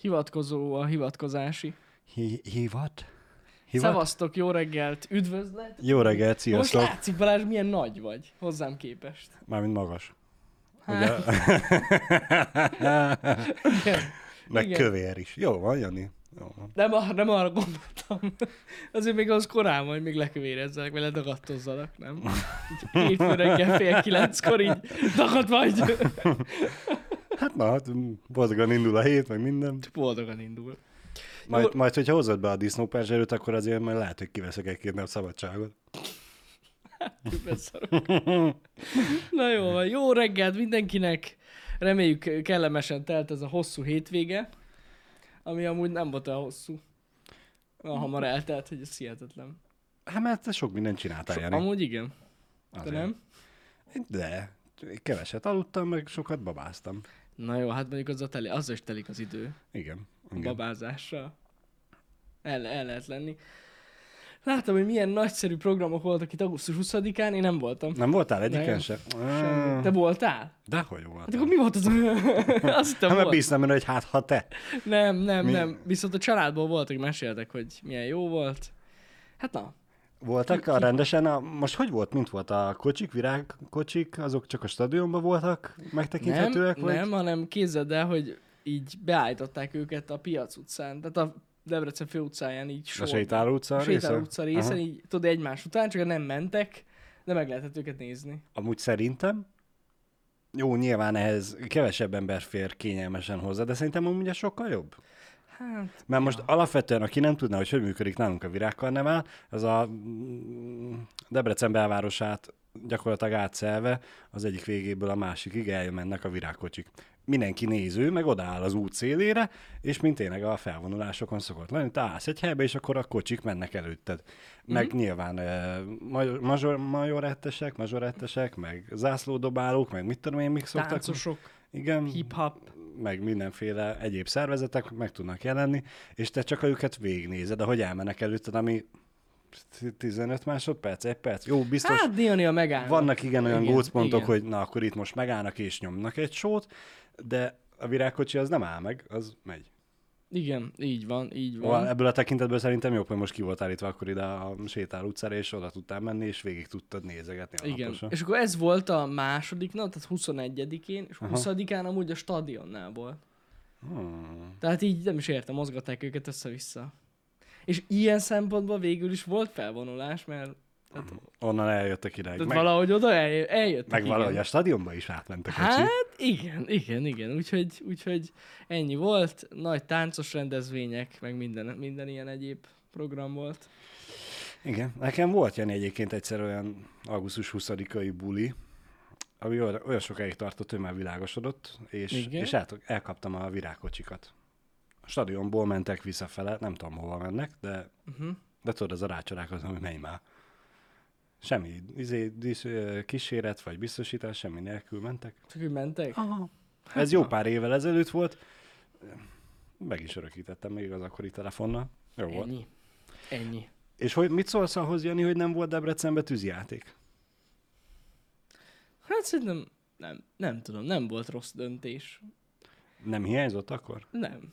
Hivatkozó a hivatkozási. Hi- hivat? Hivat? Szevasztok, jó reggelt, üdvözlet! Jó reggelt, Most sziasztok! látszik, Balázs, milyen nagy vagy hozzám képest. Mármint magas. Hát, igen. Meg Igen. kövér is. Jó van, Jani? Jó van. Nem, ar- nem arra gondoltam. Azért még az korán van, hogy még lekövérezzenek, vagy ledagadtozzanak, nem? Így Hétfő reggel fél kilenckor így dagad vagy. Hát na, hát mm, boldogan indul a hét, meg minden. Boldogan indul. Majd, majd hogyha hozod be a disznóperzserőt, akkor azért majd lehet, hogy kiveszek egy-két nap szabadságot. Beszarok. Na jó, van. jó reggelt mindenkinek. Reméljük kellemesen telt ez a hosszú hétvége, ami amúgy nem volt olyan hosszú. Olyan hamar eltelt, hogy ez hihetetlen. Hát mert te sok mindent csináltál, So, Jani. amúgy igen, de Azért. nem? De. Keveset aludtam, meg sokat babáztam. Na jó, hát mondjuk az a teli, azzal is telik az idő. Igen. a igen. babázással. El, el lehet lenni. Látom, hogy milyen nagyszerű programok voltak itt augusztus 20-án, én nem voltam. Nem voltál egyiken Nem. se? Semmi. Ah. Te voltál? Dehogy Hát voltál. akkor mi volt az? Azt hittem Hát mert volt. bíztam benne, hogy hát ha te. Nem, nem, Mi? nem. Viszont a családból volt, hogy meséltek, hogy milyen jó volt. Hát na, Voltak a rendesen, a, most hogy volt, mint volt a kocsik, virágkocsik, azok csak a stadionban voltak nem, megtekinthetőek? vagy? nem, hanem képzeld el, hogy így beállították őket a piac utcán, tehát a Debrecen fő utcáján így A sorban. sétáló utca A a része? sétáló utca részen, Aha. így tudod, egymás után, csak nem mentek, de meg lehetett őket nézni. Amúgy szerintem, jó, nyilván ehhez kevesebb ember fér kényelmesen hozzá, de szerintem amúgy ez sokkal jobb. Hát, Mert most alapvetően, aki nem tudná, hogy hogy működik nálunk a virágkarnevál, az a mm, Debrecen belvárosát gyakorlatilag átszelve az egyik végéből a másikig elmennek a virágkocsik. Mindenki néző, meg odaáll az út szélére, és mint tényleg a felvonulásokon szokott lenni, te állsz egy helybe, és akkor a kocsik mennek előtted. Meg mm-hmm. nyilván uh, major, majorettesek, majorettesek, meg zászlódobálók, meg mit tudom én, mik szoktak. táncosok, Igen hip-hop, meg mindenféle egyéb szervezetek meg tudnak jelenni, és te csak őket végignézed, ahogy elmenek előtted, ami 15 másodperc, egy perc. Jó, biztos hát néha-néha megállnak. vannak igen olyan Igen, gócpontok, igen. hogy na akkor itt most megállnak és nyomnak egy sót, de a virágkocsi az nem áll meg, az megy. Igen, így van, így van. Van. Ebből a tekintetből szerintem jobb, hogy most ki volt állítva akkor ide a sétál utcára, és oda tudtál menni, és végig tudtad nézegetni Igen. alaposan. És akkor ez volt a második nap, tehát 21-én, és 20-án amúgy a stadionnál volt. Hmm. Tehát így nem is értem, mozgatták őket össze-vissza. És ilyen szempontból végül is volt felvonulás, mert tehát, Onnan eljöttek ide. tehát Meg, valahogy oda el, eljöttek. meg igen. valahogy a stadionba is átmentek a csi. Hát igen, igen, igen. Úgyhogy, úgyhogy ennyi volt. Nagy táncos rendezvények, meg minden, minden ilyen egyéb program volt. Igen, nekem volt Jani egyébként egyszer olyan augusztus 20-ai buli, ami olyan olyan sokáig tartott, hogy már világosodott, és, Igen. és el, elkaptam a virágkocsikat. A stadionból mentek visszafele, nem tudom hova mennek, de, Uh-huh. de tudod, az a rácsorákozom, hogy menj már. Semmi izé, disz, ö, kíséret vagy biztosítás, semmi nélkül mentek. Csak úgy mentek? Aha. Hát Ez jó pár évvel ezelőtt volt. Meg is örökítettem még az akkori telefonnal. Jó volt. Ennyi. Ennyi. És hogy, mit szólsz ahhoz, Jani, hogy nem volt Debrecenbe tűzjáték? Hát szerintem nem, nem tudom, nem volt rossz döntés. Nem hiányzott akkor? Nem.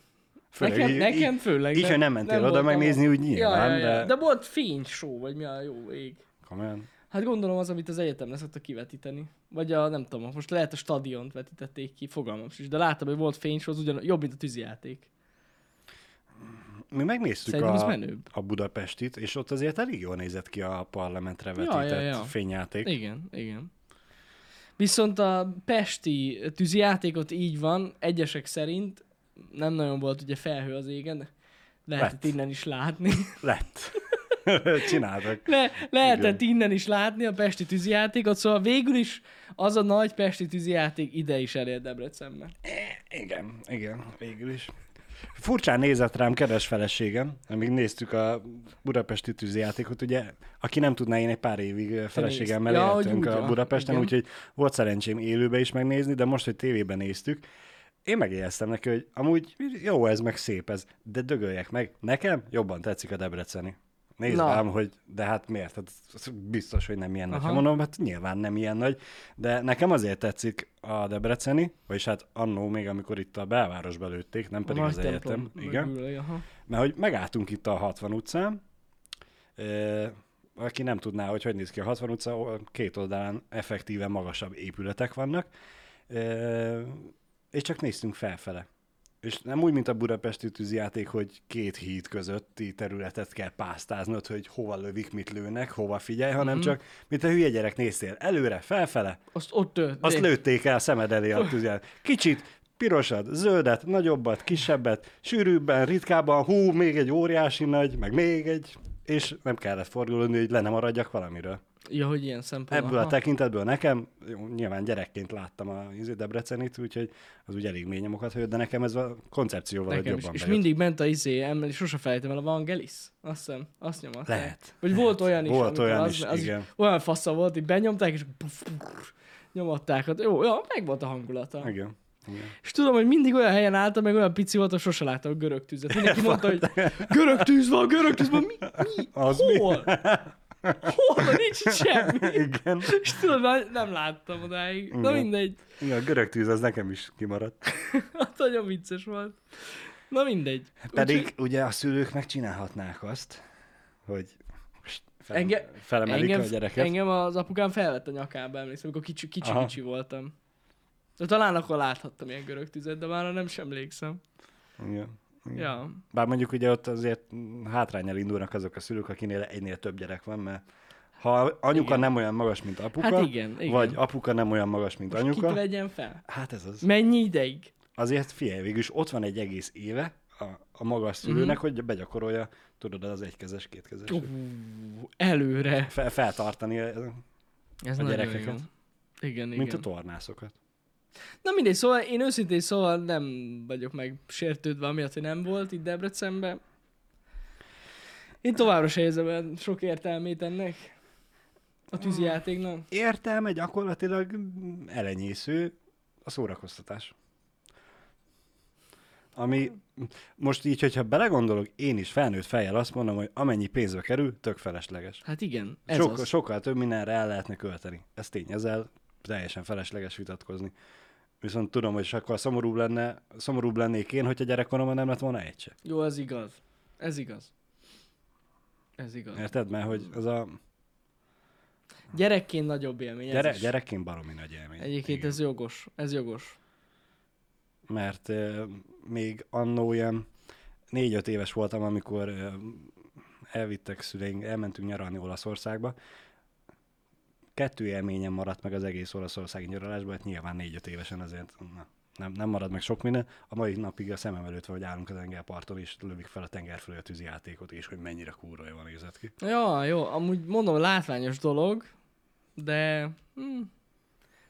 Főleg nekem, így- nekem így- főleg. Így, hogy nem mentél oda voltam megnézni, ott. úgy nyilván, ja, ja, ja. de... de... volt fénysó, vagy mi a jó ég. Komolyan. Hát gondolom az, amit az egyetemre szoktak kivetíteni. Vagy a, nem tudom, most lehet a stadiont vetítették ki, fogalmam sincs. De láttam, hogy volt fénysó, az ugyan jobb, mint a tűzijáték. Mi megnéztük Szerintem ez a, menőbb. a Budapestit, és ott azért elég jól nézett ki a parlamentre ja, vetített ja. fényjáték. Igen, igen. Viszont a pesti tűzijátékot így van, egyesek szerint nem nagyon volt ugye felhő az égen, lehetett Lett. innen is látni. Lett. Csináltak. Le, lehetett innen is látni a Pesti tűzijátékot, szóval végül is az a nagy Pesti tűzijáték ide is elér Debrecenbe. Igen, igen, végül is. Furcsán nézett rám kedves feleségem, amíg néztük a budapesti tűzjátékot, ugye, aki nem tudná, én egy pár évig eh, feleségemmel nézted. Ja, hogy éltünk úgy, a ja, Budapesten, igen. úgyhogy volt szerencsém élőbe is megnézni, de most, hogy tévében néztük, én megéreztem neki, hogy amúgy jó ez, meg szép ez, de dögöljek meg, nekem jobban tetszik a Debreceni. Nézd Na. rám, hogy de hát miért? Hát ez biztos, hogy nem ilyen nagy. Aha. Ha Mondom, hát nyilván nem ilyen nagy, de nekem azért tetszik a Debreceni, vagyis hát annó még, amikor itt a belvárosba lőtték, nem pedig A az nagy egyetem. templom Igen. mögül, aha. Mert hogy megálltunk itt a 60 utcán, Ö, aki nem tudná, hogy hogy néz ki a 60 utca, o- két oldalán effektíve magasabb épületek vannak, Ö, és csak néztünk felfele. És nem úgy, mint a budapesti tűzjáték, hogy két híd közötti területet kell pásztáznod, hogy hova lövik, mit lőnek, hova figyelj, hanem Mhm. mm. csak, mint a hülye gyerek néztél előre, felfele, Azt ott tört. azt Dé- lőtték el szemed elé a tüzet. Kicsit pirosat, zöldet, nagyobbat, kisebbet, sűrűbben, ritkábban, hú, még egy óriási nagy, meg még egy, és nem kellett fordulni, hogy le nem maradjak valamiről. Ja, hogy ilyen szempontból. Ebből a aha. tekintetből nekem, jó, nyilván gyerekként láttam a izé Debrecenit, úgyhogy az úgy elég mély nyomokat hagyott, de nekem ez a koncepcióval Nekem is. jobban És bejött. mindig ment a izé, emel, sose felejtem el a Vangelis. Azt hiszem, azt nyomatták. Lehet. Vagy volt olyan is. Volt amikor olyan az, is, az igen. Olyan fasza volt, így benyomták, és puf, puf, nyomatták. Hát Jó, jó, meg volt a hangulata. Igen. Igen. És tudom, hogy mindig olyan helyen álltam, meg olyan pici volt, hogy sose láttam a görög tűzet. Mindenki mondta, hogy görög tűz van, görög tűz van, mi? mi? Az mi? Hol? Hol? van? Nincs itt semmi. Igen. És tudod, már nem láttam odáig. Na Igen. mindegy. Igen, a görög tűz az nekem is kimaradt. Hát nagyon vicces volt. Na mindegy. Hát Pedig ugye a szülők megcsinálhatnák azt, hogy fel, Enge- felemelik engem, a gyereket. Engem. engem az apukám felvett a nyakába, emlékszem, amikor kicsi, kicsi, Aha. kicsi voltam. De talán akkor láthattam ilyen görög tüzet, de már nem sem emlékszem. Igen. Igen. Ja. Bár mondjuk ugye ott azért hátrányal indulnak azok a szülők, akinél egynél több gyerek van, mert ha anyuka Igen. igen. nem olyan magas, mint apuka, Hát igen, igen. vagy apuka nem olyan magas, mint Most kit anyuka, vegyen fel? hát ez az. Mennyi ideig? Azért figyelj, végül is ott van egy egész éve a, a magas szülőnek, Mhm. mm-hmm. hogy begyakorolja, tudod, az egykezes, kétkezes. Ú, előre. Fel, feltartani, eh, Ez A nagyon gyerekeket. jó. Igen, mint a igen. tornászokat. Na mindegy, szóval én őszintén szóval nem vagyok meg sértődve, amiatt, hogy nem volt itt Debrecenben. Én továbbra se érzem olyan sok értelmét ennek a tűzijátéknak. értelme gyakorlatilag elenyésző a szórakoztatás. Ami most így, hogyha belegondolok, én is felnőtt fejjel azt mondom, hogy amennyi pénzbe kerül, tök felesleges. Hát igen, ez Sok, az. sokkal több mindenre el lehetne költeni. Ez tény, ezzel teljesen felesleges vitatkozni. Viszont tudom, hogy sokkal szomorúbb, lenne, szomorúbb lennék én, hogyha gyerekkoromban nem lett volna egy se. Jó, ez igaz. Ez igaz. Ez igaz. Érted? Mert hogy az a Gyerekként nagyobb élmény. gyere, ez is. gyerekként baromi nagy élmény. Egyébként ez jogos. Ez jogos. mert euh, még annó ilyen négy-öt éves voltam, amikor euh, elvittek szüleink, elmentünk nyaralni Olaszországba. Kettő élményem maradt meg az egész olaszországi nyaralásban, hát nyilván négy-öt évesen azért na, nem, nem marad meg sok minden. A mai napig a szemem előtt van, hogy állunk a tengerparton, és lövik fel a tenger fölé a tűzijátékot, és hogy mennyire kurva jól nézett ki. Ja, jó. Amúgy mondom, látványos dolog, de... Hm,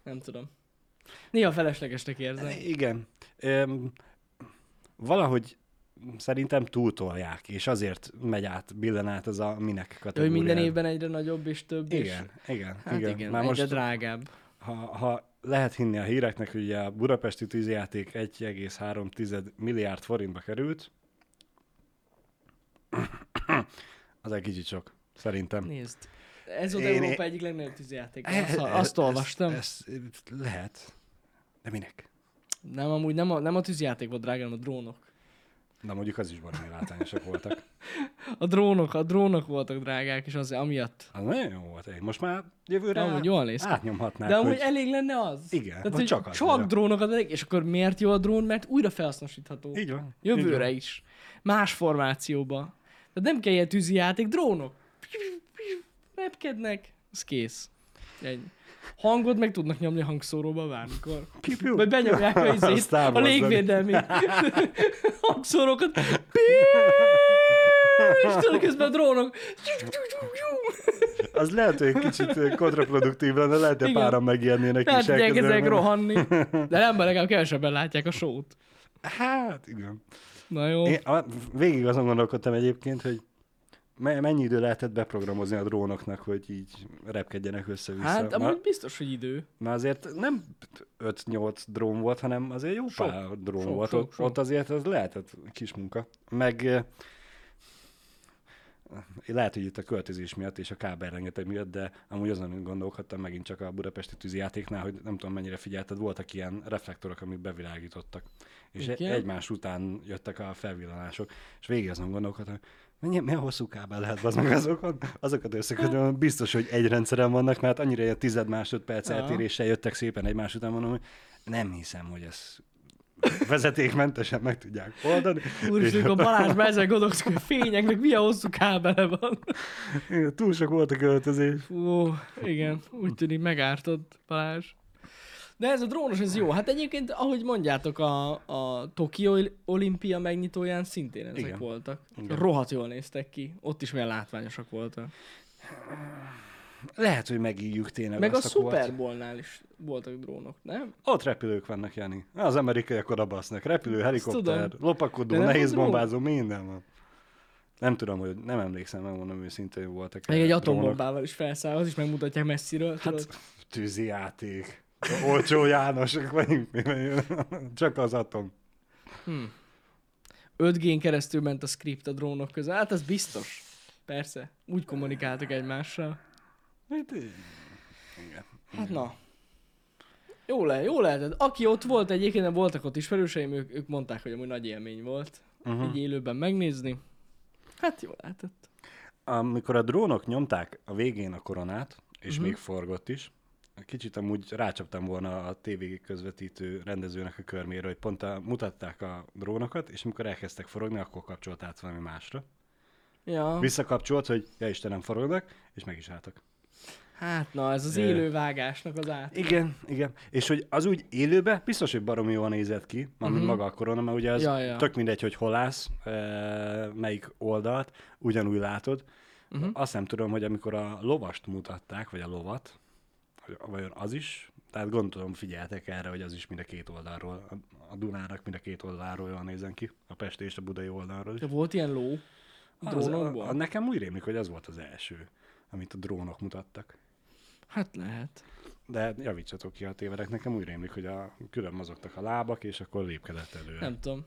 nem tudom. Néha feleslegesnek érzem. Igen. Öm, valahogy szerintem túltolják, és azért megy át, billen át ez a minek De kategóriára. hogy minden évben egyre nagyobb és több És... Igen, igen, Hát igen, igen Már egyre most... most, drágább. ha, ha lehet hinni a híreknek, ugye a budapesti tűzjáték 1,3 tized milliárd forintba került, az egy kicsit sok, szerintem. Nézd. Ez volt Én- Európa egyik legnagyobb tűzjáték. Azt, E- e- azt olvastam. Ez, ez lehet, de minek? Nem, amúgy nem a, nem a tűzjáték volt drága, hanem a drónok. Na mondjuk az is valami látványosak voltak. A drónok, a drónok voltak drágák, és az amiatt Az nagyon jó volt. Én most már jövőre Amúgy jól néz ki. átnyomhatnák, De hogy amúgy elég lenne az. Igen, Tehát, vagy hogy csak csak, az csak legyen. drónokat elég, és akkor miért jó a drón? Mert újra felhasznosítható. így van. így van. Jövőre is. Más formációba. Tehát nem kell ilyen tűzi játék, drónok. Repkednek. Ez kész. Egy. Hangot meg tudnak nyomni a hangszóróba bármikor. Piu, piu. Vagy benyomják a Azt izét, a távozzon. légvédelmi hangszórókat. Piu, És tudod, közben a drónok. Az lehet, hogy egy kicsit ö, kontraproduktív lenne, lehet, hogy Igen. páran megijednének Hát, hogy elkezdenek elkezdenek menni. rohanni. De nem, mert legalább kevesebben látják a sót. Hát, igen. Na jó. Én a, végig azon gondolkodtam egyébként, hogy me, mennyi idő lehetett beprogramozni a drónoknak, hogy így repkedjenek össze-vissza. Hát, már, amúgy biztos, hogy idő. már azért nem 5-8 drón volt, hanem azért jó Sok. pár drón Sok, volt. sok, Sok, sok. sok. Ott azért ez lehetett kis munka. Meg ö, Lehet, hogy itt a költözés miatt és a kábel rengeteg miatt, de amúgy azon gondolkodtam megint csak a budapesti tűzijátéknál, hogy nem tudom mennyire figyelted, voltak ilyen reflektorok, amik bevilágítottak. És e- Igen. egymás után jöttek a felvillanások, és végig azon gondolkodtam, hogy mennyi, milyen hosszú kábel lehet az meg azokat, azokat Hát- összekötöm, biztos, hogy egy rendszeren vannak, mert annyira ilyen tized másodperc Aha. eltéréssel jöttek szépen egymás után, mondom, hogy nem hiszem, hogy ez vezetékmentesen meg tudják oldani. És- Úristen, a Balázs már ezzel gondolkodik, hogy a fényeknek milyen hosszú kábele van. Igen, Túl sok volt a költözés. Ó, igen, úgy tűnik megártod, Balázs. De ez a drónos, ez jó. Hát egyébként, ahogy mondjátok, a, a Tokió olimpia megnyitóján szintén ezek Igen. igen. voltak. Igen. Igen. Rohadt jól néztek ki. Ott is milyen látványosak voltak. Lehet, hogy megíjjuk tényleg. Meg a azt Super volt. Bowl-nál is voltak drónok, nem? Ott repülők vannak, Jani. Az amerikaiak oda basznak. Repülő, helikopter, tudom. lopakodó, De nem nehéz drón? bombázó, minden van. Nem tudom, hogy nem emlékszem, megmondom őszintén, hogy voltak Meg egy atombombával is felszáll, az is megmutatják messziről. Hát, Hát, tűzi játék. Olcsó Jánosok vagyunk. mi vagyunk. Csak az atom. 5G-n keresztül ment a script a drónok között. Hát ez biztos. Persze. Úgy kommunikáltak egymással. Hát, igen. Hát na. Jó, le, jó lehetett. Aki ott volt, egyébként nem voltak ott ismerőseim, ők, ők mondták, hogy amúgy nagy élmény volt Mhm. uh-huh. így élőben megnézni. Hát jó lehetett. Amikor a drónok nyomták a végén a koronát, és uh-huh. még forgott is, kicsit amúgy rácsaptam volna a TV közvetítő rendezőnek a körmére, hogy pont a, mutatták a drónokat, és amikor elkezdtek forogni, akkor kapcsolt át valami másra. Ja, Visszakapcsolt, hogy ja Istenem, forognak, és meg is álltak. hát na, ez az Ö. élővágásnak az át. Igen, igen. És hogy az úgy élőbe biztos, hogy baromi jól nézett ki, mármint uh-huh. maga a korona, mert ugye az ja, Ja, ja. ja. tök mindegy, hogy hol állsz, e, melyik oldalt, ugyanúgy látod. Uh-huh. Azt nem tudom, hogy amikor a lovast mutatták, vagy a lovat, hogy vajon az is, tehát gondolom figyeltek erre, hogy az is mind a két oldalról, a- a Dunának mind a két oldalról jól nézen ki, a Pesti és a Budai oldalról is. De volt ilyen ló a Az, a, drónokból? a, nekem úgy rémlik, hogy az volt az első, amit a drónok mutattak. Hát lehet. De javítsatok ki, ha tévedek. Nekem úgy rémlik, hogy a külön mozogtak a lábak, és akkor lépkedett előre. Nem tudom.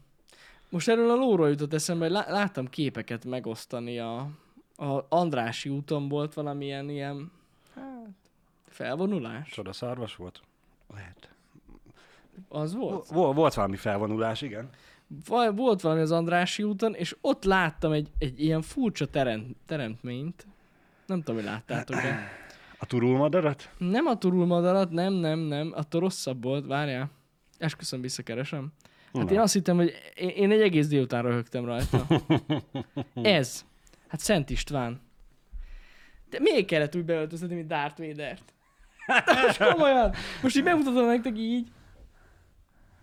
Most erről a lóról jutott eszembe, hogy lá- láttam képeket megosztani a, a Andrási úton volt valamilyen ilyen hát, felvonulás. Csoda szarvas volt? Lehet. Az volt? Volt, volt valami felvonulás, igen. Vaj- volt valami az Andrási úton, és ott láttam egy, egy ilyen furcsa terem, teremtményt. Nem tudom, hogy láttátok-e. A turulmadarat? Nem a turulmadarat, nem, nem, nem. Attól rosszabb volt, várjál. Esküszöm, visszakeresem. Hát Na. én azt hittem, hogy én, én egy egész délután röhögtem rajta. Ez. Hát Szent István. De miért kellett úgy beöltöztetni, mint Darth Vader-t? De most komolyan! Most így bemutatom nektek így.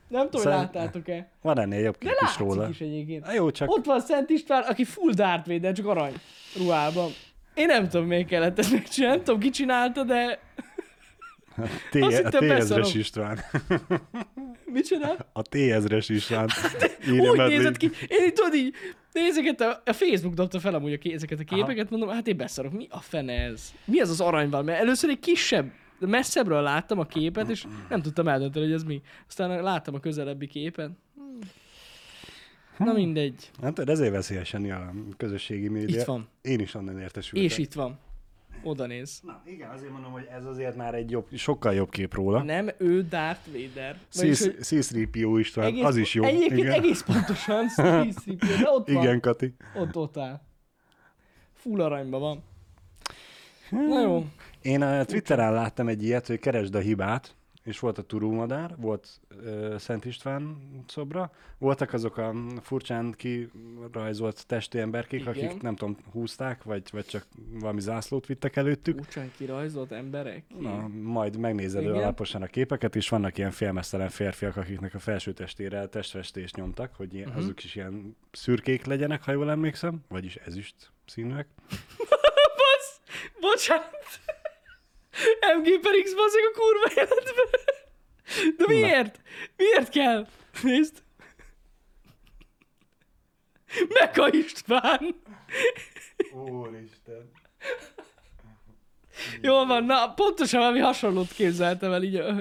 Nem tudom, hogy Szerint- láttátok-e. Van ennél jobb De kép is róla. látszik is egyébként. Na jó, csak Ott van Szent István, aki full Darth Vader, csak arany ruhában. Én nem tudom, miért kellett ezt megcsinálni, nem tudom, ki csinálta, de T- azt a hittem T-ezres beszarom. István. mit csinál? A T-ezres István. Hát, Úgy Medley. nézett ki, én így tudod így, nézeket a, a Facebook dobta fel amúgy a, ké- ezeket a képeket, mondom, hát én beszarok, mi a fene ez? Mi ez az aranyval? Mert először egy kisebb, messzebbről láttam a képet, és nem tudtam eldönteni, hogy ez mi. Aztán láttam a közelebbi képen. Hmm. Na mindegy, Hát tudod, ezért veszélyesen a közösségi média. itt van. Én is onnan értesültem. És itt van. Oda néz. Na, igen, azért mondom, hogy ez azért már egy jobb, sokkal jobb kép róla. Nem ő Darth Vader. Vagyis, hogy- C-3PO István, Egész, hát az is jó. Egyébként igen. igen. egész pontosan CCP, de ott van, igen, Kati. ott, ott áll. Full aranyban van. Hm. Na jó, Én a Twitteren láttam egy ilyet, hogy keresd a hibát, és volt a Turulmadár, volt ö, Szent István szobra, voltak azok a furcsán kirajzolt testű emberkék, Igen. akik nem tudom, húzták, vagy, vagy csak valami zászlót vittek előttük. furcsán kirajzolt emberek. Na, majd megnézed Igen. alaposan a képeket, és vannak ilyen félmeztelen férfiak, akiknek a felső testére testfestést nyomtak, hogy ilyen, Mhm. azok is ilyen szürkék legyenek, ha jól emlékszem, vagyis ezüst színűek. Basz, bocsánat. MG per X baszik a kurva életbe. De miért? Miért kell? Nézd. Meka István. Úristen! Jól van, na pontosan valami hasonlót képzeltem el így. ö.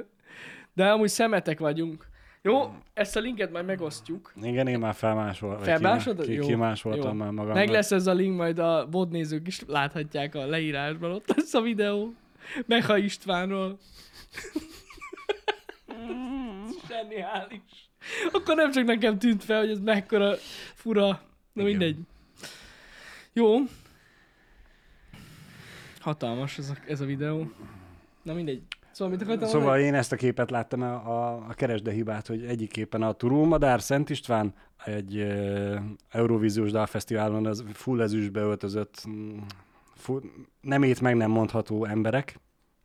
De amúgy szemetek vagyunk. Jó, ezt a linket majd megosztjuk. Igen, én már felmásoltam. Felmásoltad? Ki, Jó. kimásoltam Jó. már magam. Meg lesz ez a link, majd a bodnézők is láthatják a leírásban, ott lesz a videó. Meha Istvánról. Zseniális. Akkor nem csak nekem tűnt fel, hogy ez mekkora fura. Na Igen. mindegy. Jó. Hatalmas ez a, ez a videó. Na mindegy. Szóval mit akartam Szóval mondani? én ezt a képet láttam, a, a, a keresde hibát, hogy egyik képen a Turulmadár Szent István egy e, Eurovíziós Dalfesztiválon az full ezüstbe öltözött, mm, full, nem ét meg nem mondható emberek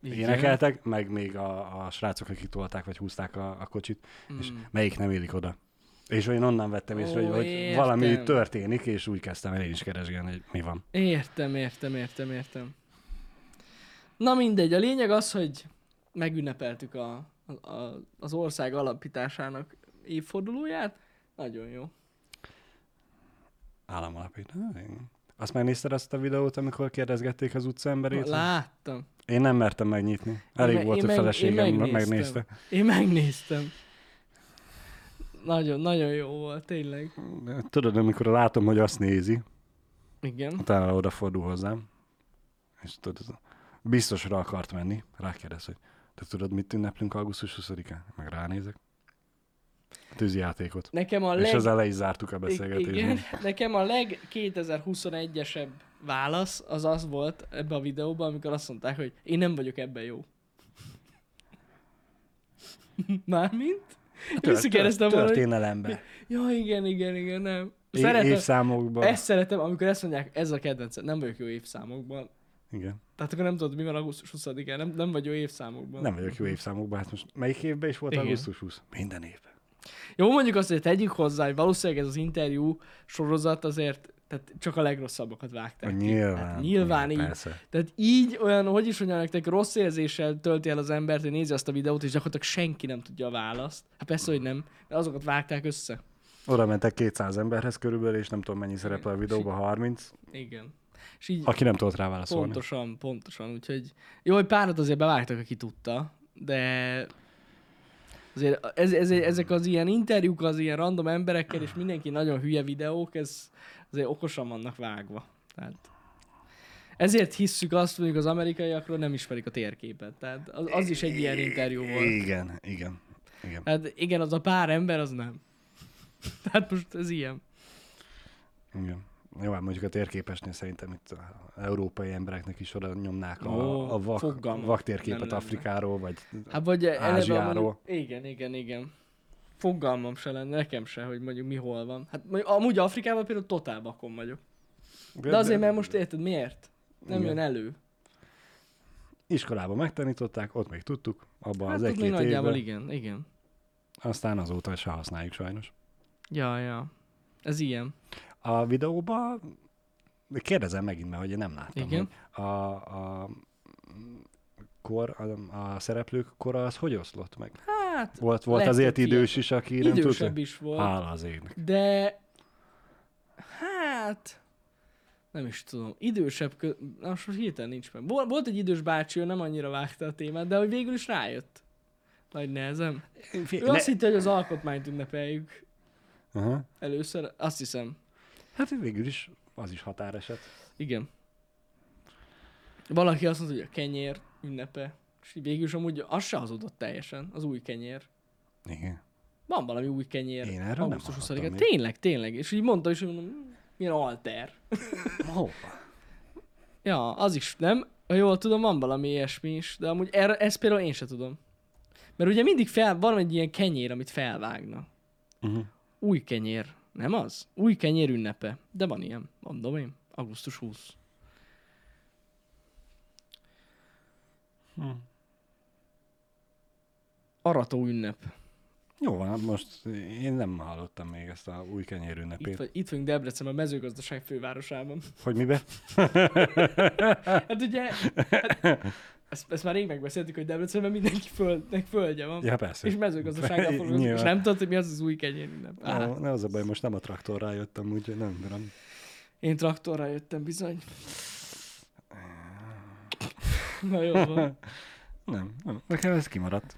Igen. énekeltek, meg még a, a srácok, akik tolták vagy húzták a, a kocsit, mm. és melyik nem élik oda. És én onnan vettem észre, Hmm. Ó, hogy, hogy értem. valami itt történik, és úgy kezdtem el én is keresgélni, hogy mi van. Értem, értem, értem, értem. Na mindegy, a lényeg az, hogy megünnepeltük a, a, a, az ország alapításának évfordulóját. Nagyon jó. Államalapít. Ah, igen. Azt megnézted azt a videót, amikor kérdezgették az utca emberét? Láttam. Én nem mertem megnyitni. Elég me- volt, én hogy meg- én feleségem megnéztem. megnézte. Én megnéztem. Nagyon, nagyon jó volt, tényleg. Tudod, amikor látom, hogy azt nézi, Igen. utána odafordul hozzám, és tudod, biztosra akart menni, rákérdez, hogy te tudod, mit ünneplünk augusztus 20-án? Meg ránézek. Tűzjátékot. Nekem a Leg... És leg... ezzel le is zártuk a Igen, beszélgetést. nekem a leg 2021-esebb válasz az az volt ebbe a videóban, amikor azt mondták, hogy én nem vagyok ebben jó. Mármint? Visszakérdeztem volna, hogy... Történelembe. Ja, igen, igen, igen, nem. É- Szeretem, évszámokban. ezt szeretem, amikor ezt mondják, ez a kedvencem, nem vagyok jó évszámokban. Igen. Tehát akkor nem tudod, mi van augusztus 20-án, nem, nem vagy jó évszámokban. Nem vagyok jó évszámokban, hát most melyik évben is volt Igen. augusztus 20? Minden évben. Jó, mondjuk azt, hogy tegyük hozzá, hogy valószínűleg ez az interjú sorozat azért tehát csak a legrosszabbakat vágták. ki. Nyilván. Hát nyilván igen, így. Persze. Tehát így olyan, hogy is mondjam nektek, rossz érzéssel tölti el az embert, hogy nézi azt a videót, és gyakorlatilag senki nem tudja a választ. Hát persze, hogy nem, de azokat vágták össze. Oda mentek 200 emberhez körülbelül, és nem tudom mennyi szerepel a videóban, 30. Igen. És így Aki nem tudott rá válaszolni. pontosan, pontosan, úgyhogy jó, hogy párat azért bevágtak, aki tudta, de azért ez, ez, ezek az ilyen interjúk az ilyen random emberekkel, és mindenki nagyon hülye videók, ez azért okosan vannak vágva. Tehát ezért hisszük azt, mondjuk az amerikaiakról nem ismerik a térképet. Tehát az, az is egy ilyen interjú volt. Igen, igen. igen. Hát igen, az a pár ember, az nem. Tehát most ez ilyen. igen. Jó, hát mondjuk a térképesnél szerintem itt a európai embereknek is oda nyomnák Ó, a, a vak, fogalmam vak térképet nem lenne. Afrikáról, vagy Hát vagy eleve Ázsiáról. mondjuk- Igen, igen, igen. Fogalmam se lenne, nekem se, hogy mondjuk mi hol van. Hát mondjuk, amúgy Afrikában például totál vakon vagyok. De azért, mert most érted, miért? Nem Igen. jön elő. Iskolában megtanították, ott még tudtuk, abban Hát az ott még egy-két nagyjából évben, igen, igen. aztán azóta se használjuk sajnos. Ja, ja. Ez ilyen. A videóban kérdezem megint, mert hogy én nem láttam. Igen. hogy A, a, kor, a, a szereplők kora az hogy oszlott meg? Hát, Volt, volt Lehet, azért hogy idős is, aki nem tudta? idősebb is volt. Hála az égnek. De hát nem is tudom, idősebb, kö... Na, most hirtelen nincs meg. Vol- Volt egy idős bácsi, ő nem annyira vágta a témát, de hogy végül is rájött. Nagy nehezem. Ő azt hitte, hogy az alkotmányt ünnepeljük Aha. először, azt hiszem. Hát végül is az is határeset. Igen. Valaki azt mondta, hogy a kenyér ünnepe. És így végül is amúgy az se hazudott teljesen, az új kenyér. Igen. Van valami új kenyér. Én erről nem augusztus hallottam 20-án. még. Tényleg, tényleg. És így mondta is, hogy mondom, milyen alter. Hova? Ja, az is nem. Ha jól tudom, van valami ilyesmi is, de amúgy erre, ezt például én se tudom. Mert ugye mindig fel, van egy ilyen kenyér, amit felvágnak. Uh-huh. Új kenyér, nem az? Új kenyér ünnepe. De van ilyen, mondom én. Augusztus 20. Hm. Arató ünnep. Jó van, hát most én nem hallottam még ezt a új kenyér Itt, ünnepét. vagy, itt vagyunk Debrecenben, a mezőgazdaság fővárosában. Hogy mibe? Hát ugye, hát, ezt, ezt már rég megbeszéltük, hogy Debrecenben mindenki földnek földje van. Ja, persze. És mezőgazdasággal foglalkozik, és Nyilván. nem tudod, hogy mi az az új kenyér ünnep. Á, Ó, ne az a baj, most nem a traktorral jöttem, úgyhogy nem tudom. Én traktorra jöttem bizony. Na jó van. Nem, nem. Nekem ez kimaradt.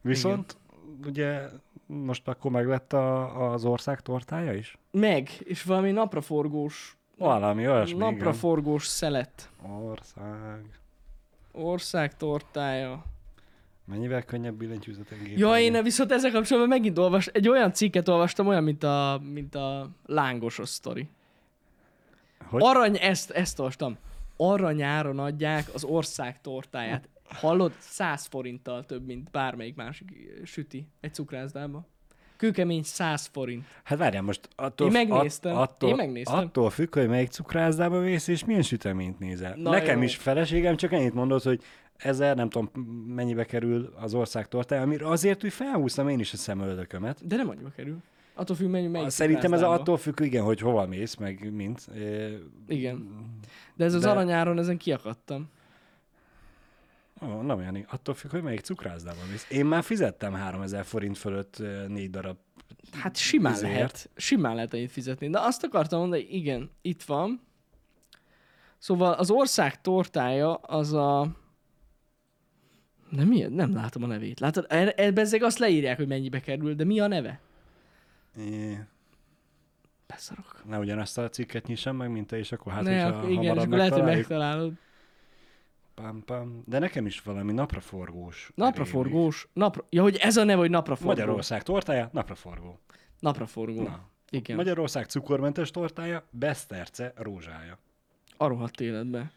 Viszont, ugye most akkor meglett a, az ország tortája is? Meg, és valami napraforgós, Valami olyasmi, igen. napraforgós szelet. Ország. Ország tortája. Mennyivel könnyebb billentyűzeten gépezni? Ja, én viszont ezzel kapcsolatban megint olvas, egy olyan cikket olvastam, olyan, mint a, mint a lángosos sztori. Hogy? Arany, ezt, ezt olvastam. Aranyáron adják az ország tortáját. Hallod? 100 forinttal több, mint bármelyik másik süti egy cukrászdába. Kőkemény 100 forint. Hát várjál most, attól, Én megnéztem. Att, attól, Én megnéztem. attól függ, hogy melyik cukrászdába mész, és milyen süteményt nézel. Na Na Nekem jó. is feleségem csak ennyit mondott, hogy ezer, nem tudom mennyibe kerül az ország tortája, amire azért úgy felhúztam én is a szemöldökömet. De nem annyiba kerül. Attól függ, mennyi melyik Szerintem ez cukrászdába. attól függ, igen, hogy hova mész, meg mint. Ö, Igen. De ez az De- aranyáron, ezen kiakadtam. Ó, nem olyan, attól függ, hogy melyik cukrászdába mész. Én már fizettem 3000 forint fölött ö, négy darab. Hát simán Ezért. lehet. Simán lehet ennyit fizetni. De azt akartam mondani, hogy igen, itt van. Szóval az ország tortája az a... Nem, mi? nem látom a nevét. Látod, e- ebben ezek azt leírják, hogy mennyibe kerül, de mi a neve? É, Beszarok. Ne ugyanazt a cikket nyissam meg, mint te, és akkor hát, ne, hogyha ak- igen, és hamarabb akkor lehet, hogy megtaláljuk. megtalálod. Pam, pam. De nekem is valami napraforgós. rémlik. Napraforgós. Napra... Ja, hogy ez a neve, hogy napraforgó. Magyarország tortája, napraforgó. Napraforgó. Na. Igen. Magyar... Magyarország cukormentes tortája, beszterce, rózsája. A rohadt életbe.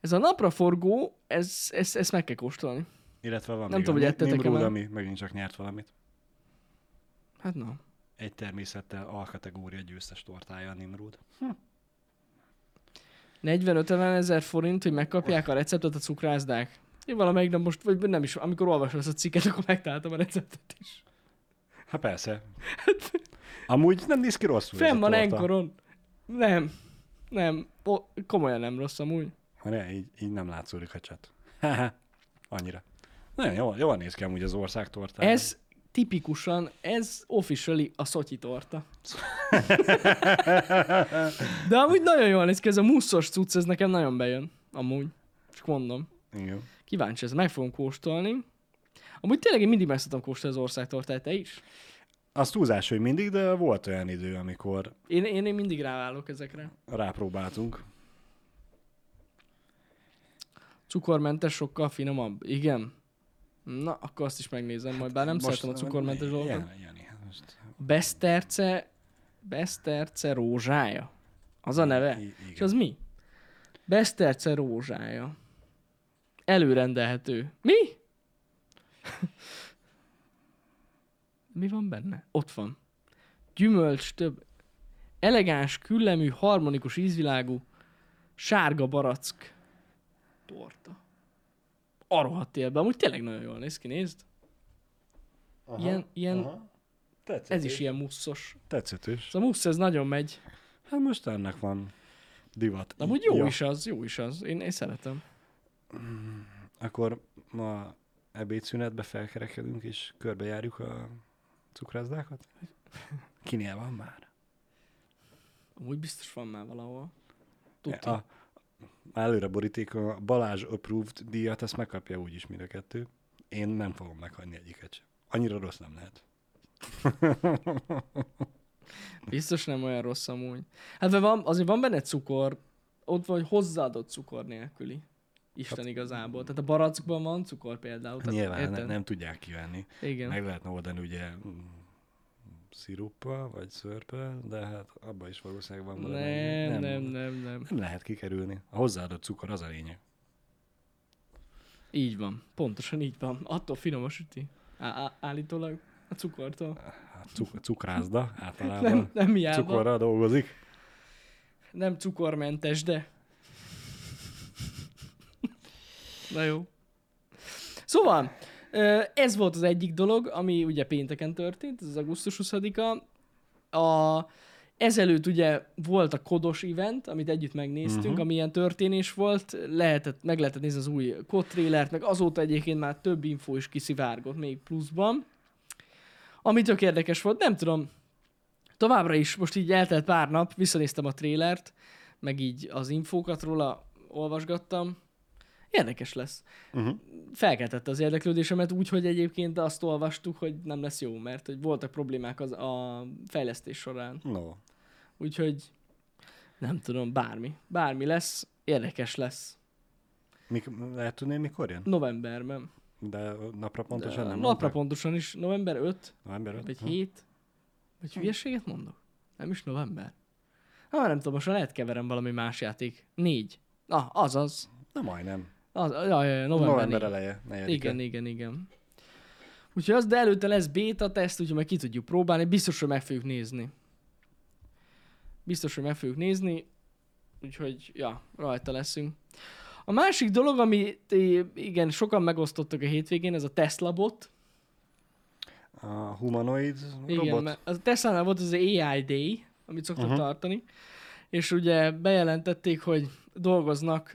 Ez a napraforgó, ez, ez, ezt meg kell kóstolni. Illetve van Nem még tudom, a hogy Ni- ettetek-e Nimrud, már. ami megint csak nyert valamit. Hát na. Egy természettel alkategória győztes tortája a Nimrud. 45 ezer forint, hogy megkapják a receptet a cukrászdák. Én valamelyik nap most, vagy nem is, amikor olvasom ezt a cikket, akkor megtaláltam a receptet is. Hát persze. Amúgy nem néz ki rosszul ez a Hát, Fenn van torta. enkoron. Nem. Nem. O, komolyan nem rossz amúgy. Ha ne, így, így nem látszódik a cset. Haha, Annyira. Nagyon jól, jól néz ki amúgy az ország tortája. Ez tipikusan, ez officially a szotyi torta. De amúgy nagyon jól néz ki, ez a muszos cucc, ez nekem nagyon bejön. Amúgy. Csak mondom. Igen. Kíváncsi ez, meg fogom kóstolni. Amúgy tényleg én mindig meg szoktam kóstolni az országtortát, te is? Az túlzás, hogy mindig, de volt olyan idő, amikor Én, én, én mindig rávállok ezekre. rápróbáltunk. Cukormentes sokkal finomabb. Igen. Na, akkor azt is megnézem majd, bár nem Hát most szeretem a cukormentes dolgokat. Jani, Jani, hát most... Beszterce, Beszterce rózsája. Az a neve? I- igen. És az mi? Beszterce rózsája. Előrendelhető. Mi? mi van benne? Ott van. Gyümölcs több. Elegáns, küllemű, harmonikus ízvilágú, sárga barack torta. Arohadt élbe. Amúgy tényleg nagyon jól néz ki, nézd. Aha, ilyen, ilyen, Tetszett ez is ilyen muszos. Tetszett is. Ez Szóval a mussz, ez nagyon megy. Hát most ennek van divat. De amúgy jó ja. is az, jó is az. Én, én szeretem. Akkor ma ebédszünetbe felkerekedünk, és körbejárjuk a cukrászdákat? Kinél van már? Amúgy biztos van már valahol. Tuti. A, már előre boríték, a Balázs Approved díjat, ezt megkapja úgyis mind a kettő. Én nem fogom meghagyni egyiket sem. Annyira rossz nem lehet. Biztos nem olyan rossz amúgy. Hát mert van, azért van benne cukor, ott vagy hozzáadott cukor nélküli. Isten igazából. Tehát a barackban van cukor például. Tehát Nyilván ne, érted? nem tudják kivenni. Igen. Meg lehetne oldani ugye mm, sziruppal, vagy szörpel, de hát abban is valószínűleg van valami. nem, nem, nem, nem. Nem lehet kikerülni. A hozzáadott cukor az a lényeg. Így van. Pontosan így van. Attól finom a süti. Á- á- állítólag a cukortól. Hát cuk- cukrászda általában Nem, nem, nem hiába. cukorral dolgozik. Nem cukormentes, de... Na jó. Szóval, ö, ez volt az egyik dolog, ami ugye pénteken történt, ez az augusztus 20-a. A, ezelőtt ugye volt a kodos event, amit együtt megnéztünk, uh-huh. ami ilyen történés volt, lehetett, meg lehetett nézni az új kod trailert, meg azóta egyébként már több info is kiszivárgott még pluszban. Ami tök érdekes volt, nem tudom, továbbra is, most így eltelt pár nap, visszanéztem a trélert, meg így az infókat róla olvasgattam, Érdekes lesz. Uh-huh. Felkeltette az érdeklődésemet úgy, hogy egyébként azt olvastuk, hogy nem lesz jó, mert hogy voltak problémák az a fejlesztés során. No. Úgyhogy nem tudom, bármi. Bármi lesz, érdekes lesz. Mik, lehet tudni, mikor jön? Novemberben. De napra pontosan Ö, nem Napra mondták? pontosan is, november 5, November öt? vagy Hm. 7, vagy hülyeséget mondok? Nem is november. Hát nem tudom, most már lehet keverem valami más játék. Négy. Na, azaz. Na majdnem. Az, jaj, jaj, november, November négy. eleje. negyedike. Igen, igen, igen. Úgyhogy az, de előtte lesz beta teszt, úgyhogy meg ki tudjuk próbálni, biztos, hogy meg fogjuk nézni. Biztos, hogy meg fogjuk nézni, úgyhogy, ja, rajta leszünk. A másik dolog, amit eh, igen, sokan megosztottak a hétvégén, ez a Tesla bot. A humanoid Igen, robot? mert a Tesla-nál volt az AI Day, amit szoktak Mhm. uh-huh. tartani, és ugye bejelentették, hogy dolgoznak,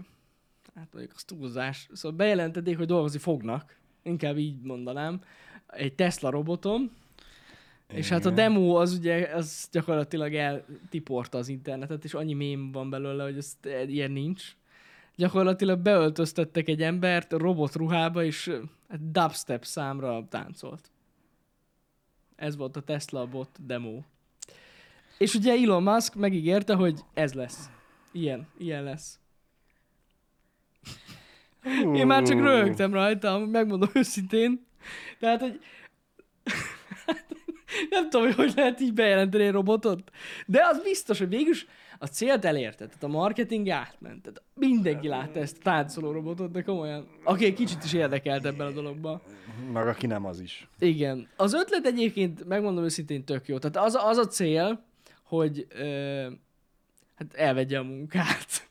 hát mondjuk az túlzás, szóval bejelentették, hogy dolgozni fognak, inkább így mondanám, egy Tesla roboton, és hát a Igen. demo az ugye, az gyakorlatilag eltiporta az internetet, és annyi mém van belőle, hogy ez ilyen nincs. Gyakorlatilag beöltöztettek egy embert robotruhába, és ö, hát dubstep számra táncolt. Ez volt a Tesla bot demo. És ugye Elon Musk megígérte, hogy ez lesz. Ilyen, ilyen lesz. Én már csak Ú, röhögtem rajta, megmondom őszintén. Tehát, hogy nem tudom, hogy hogy lehet így bejelenteni egy robotot, de az biztos, hogy végülis a célt elérte, tehát a marketing átment. Tehát mindenki látta ezt a táncoló robotot, de komolyan. Aki egy kicsit is érdekelt ebben a dologban. Meg aki nem az is. Igen. Az ötlet egyébként, megmondom őszintén, tök jó. Tehát az, a- az a cél, hogy ö, hát elvegye a munkát.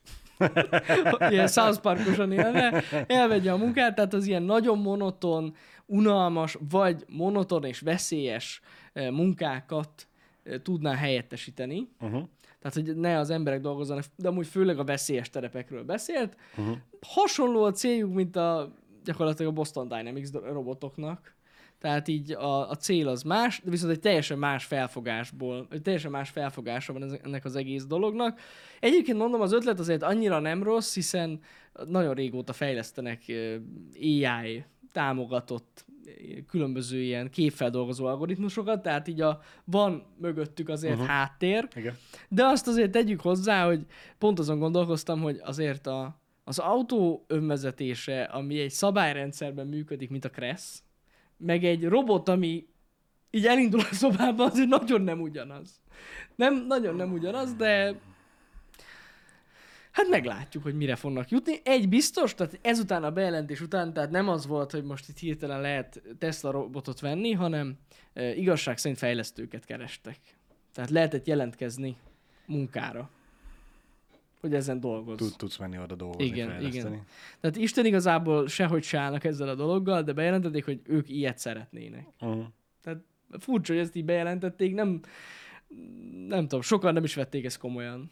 ilyen South Parkosan élve, elvegye a munkát, tehát az ilyen nagyon monoton, unalmas, vagy monoton és veszélyes ö, munkákat ö, tudná helyettesíteni. Uh-huh. Tehát, hogy ne az emberek dolgozzanak, de amúgy főleg a veszélyes terepekről beszélt. Uh-huh. Hasonló a céljuk, mint a gyakorlatilag a Boston Dynamics do- robotoknak. Tehát így a, a cél az más, de viszont egy teljesen más felfogásból, egy teljesen más felfogása van ez- ennek az egész dolognak. Egyébként mondom, az ötlet azért annyira nem rossz, hiszen nagyon régóta fejlesztenek ö, AI támogatott ö, különböző ilyen képfeldolgozó algoritmusokat, tehát így a, van mögöttük azért uh-huh. háttér, Igen. de azt azért tegyük hozzá, hogy pont azon gondolkoztam, hogy azért a, az autó önvezetése, ami egy szabályrendszerben működik, mint a Kressz, meg egy robot, ami így elindul a szobába, azért nagyon nem ugyanaz. Nem, nagyon nem ugyanaz, de hát meglátjuk, hogy mire fognak jutni. Egy biztos, tehát ezután a bejelentés után, tehát nem az volt, hogy most itt hirtelen lehet Tesla robotot venni, hanem e, igazság szerint fejlesztőket kerestek. Tehát lehetett jelentkezni munkára, hogy ezen dolgozz. Tud, tudsz menni oda dolgozni, Igen, fejleszteni. Igen. Tehát Isten igazából sehogy se állnak ezzel a dologgal, de bejelentették, hogy ők ilyet szeretnének. Uh-huh. Furcsa, hogy ezt így bejelentették, nem, nem tudom, sokan nem is vették ezt komolyan.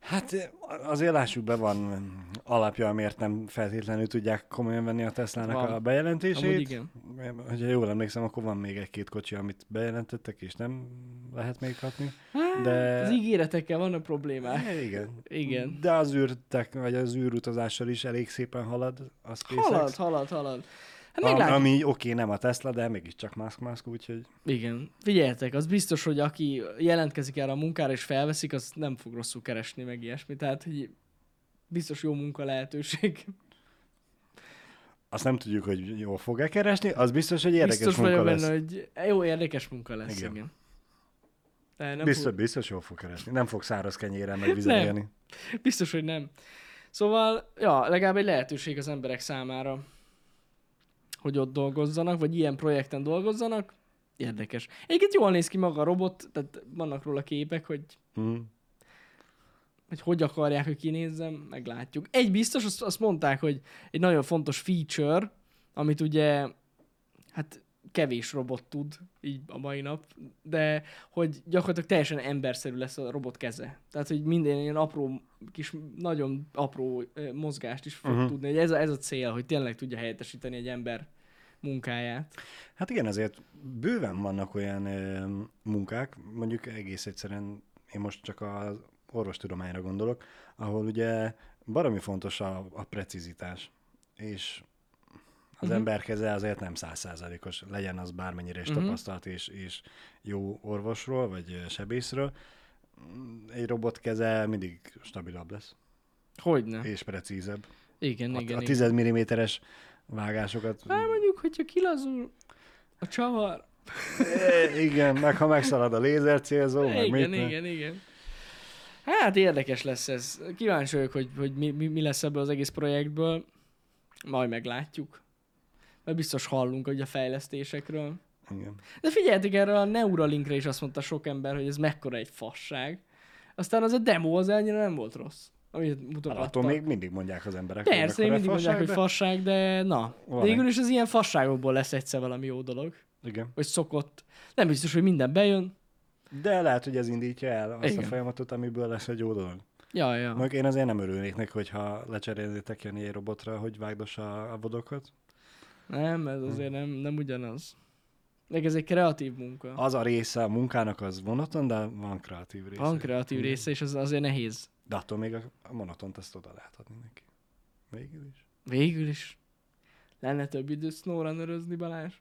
Hát azért lássuk be, van alapja, miért nem feltétlenül tudják komolyan venni a Teslának Van. a Amúgy bejelentését. igen. Ha jól emlékszem, akkor van még egy-két kocsi, amit bejelentettek, és nem lehet még kapni. De- De... Hát, Az ígéretekkel vannak problémák. Hát, igen. Igen. De az űrtek, vagy az űrutazással is elég szépen halad a SpaceX. Halad, halad, halad. Hát Am, meglátjuk. ami oké, nem a Tesla, de mégiscsak Musk Musk, úgyhogy Igen. Figyeljetek, az biztos, hogy aki jelentkezik erre a munkára és felveszik, az nem fog rosszul keresni, meg ilyesmi. Tehát, hogy biztos jó munka lehetőség. azt nem tudjuk, hogy jól fog-e keresni, az biztos, hogy érdekes biztos munka vagyok lesz. benne, hogy jó, érdekes munka lesz. Igen. Igen. igen. De nem biztos, fog- biztos jól fog keresni. Nem fog száraz kenyérrel meg vizen Nem. élni. Biztos, hogy nem. Szóval, ja, legalább egy lehetőség az emberek számára, hogy ott dolgozzanak, vagy ilyen projekten dolgozzanak. Érdekes. Egyébként jól néz ki maga a robot, tehát vannak róla képek, hogy Mm. hogy hogy akarják, hogy kinézzem, meglátjuk. Egy biztos, azt, azt mondták, hogy egy nagyon fontos feature, amit ugye, hát kevés robot tud, így a mai nap, de hogy gyakorlatilag teljesen emberszerű lesz a robot keze. Tehát, hogy minden ilyen apró, kis, nagyon apró ö, mozgást is fog Mhm. uh-huh. tudni. Hogy Ez a, ez a cél, hogy tényleg tudja helyettesíteni egy ember munkáját. Hát igen, azért bőven vannak olyan ö, munkák, mondjuk egész egyszerűen én most csak az orvostudományra gondolok, ahol ugye baromi fontos a, a precizitás, és az Mhm. uh-huh. ember keze azért nem százszázalékos, legyen az bármennyire is Mhm. uh-huh. tapasztalt és, és jó orvosról, vagy ö, sebészről, Mm, egy robot keze mindig stabilabb lesz, Hogyne. és precízebb. Igen, a, igen, a igen. 10 mm-es vágásokat... Hát mondjuk, hogyha kilazul a csavar. É, Igen, meg ha megszalad a lézercélzó, meg mit, igen, ne. igen, igen. Hát érdekes lesz ez. Kíváncsi vagyok, hogy, hogy mi, mi, mi lesz ebből az egész projektből. Majd meglátjuk. Mert biztos hallunk hogy a fejlesztésekről. igen. De figyeljetek erre a Neuralinkre is azt mondta sok ember, hogy ez mekkora egy fasság. Aztán az a demo az annyira nem volt rossz. Amit Hát mutogattak. attól még mindig mondják az emberek, Persze, mekkora még mindig fasság, mondják, hogy de- fasság, de na. Van Végül is az ilyen fasságokból lesz egyszer valami jó dolog. Igen. Hogy szokott. Nem biztos, hogy minden bejön. De lehet, hogy ez indítja el azt Igen. a folyamatot, amiből lesz egy jó dolog. Ja, ja. Mondjuk én azért nem örülnék neki, hogyha lecserélnétek ilyen egy robotra, hogy vágdossa a vodokat. Nem, ez azért nem, nem ugyanaz. Meg ez egy kreatív munka. Az a része a munkának az monoton, de van kreatív része. Van kreatív Igen. része, és az azért nehéz. De attól még a, a monotont ezt oda lehet adni neki. Végül is. Végül is. Lenne több idő snowrunnerözni, Balázs?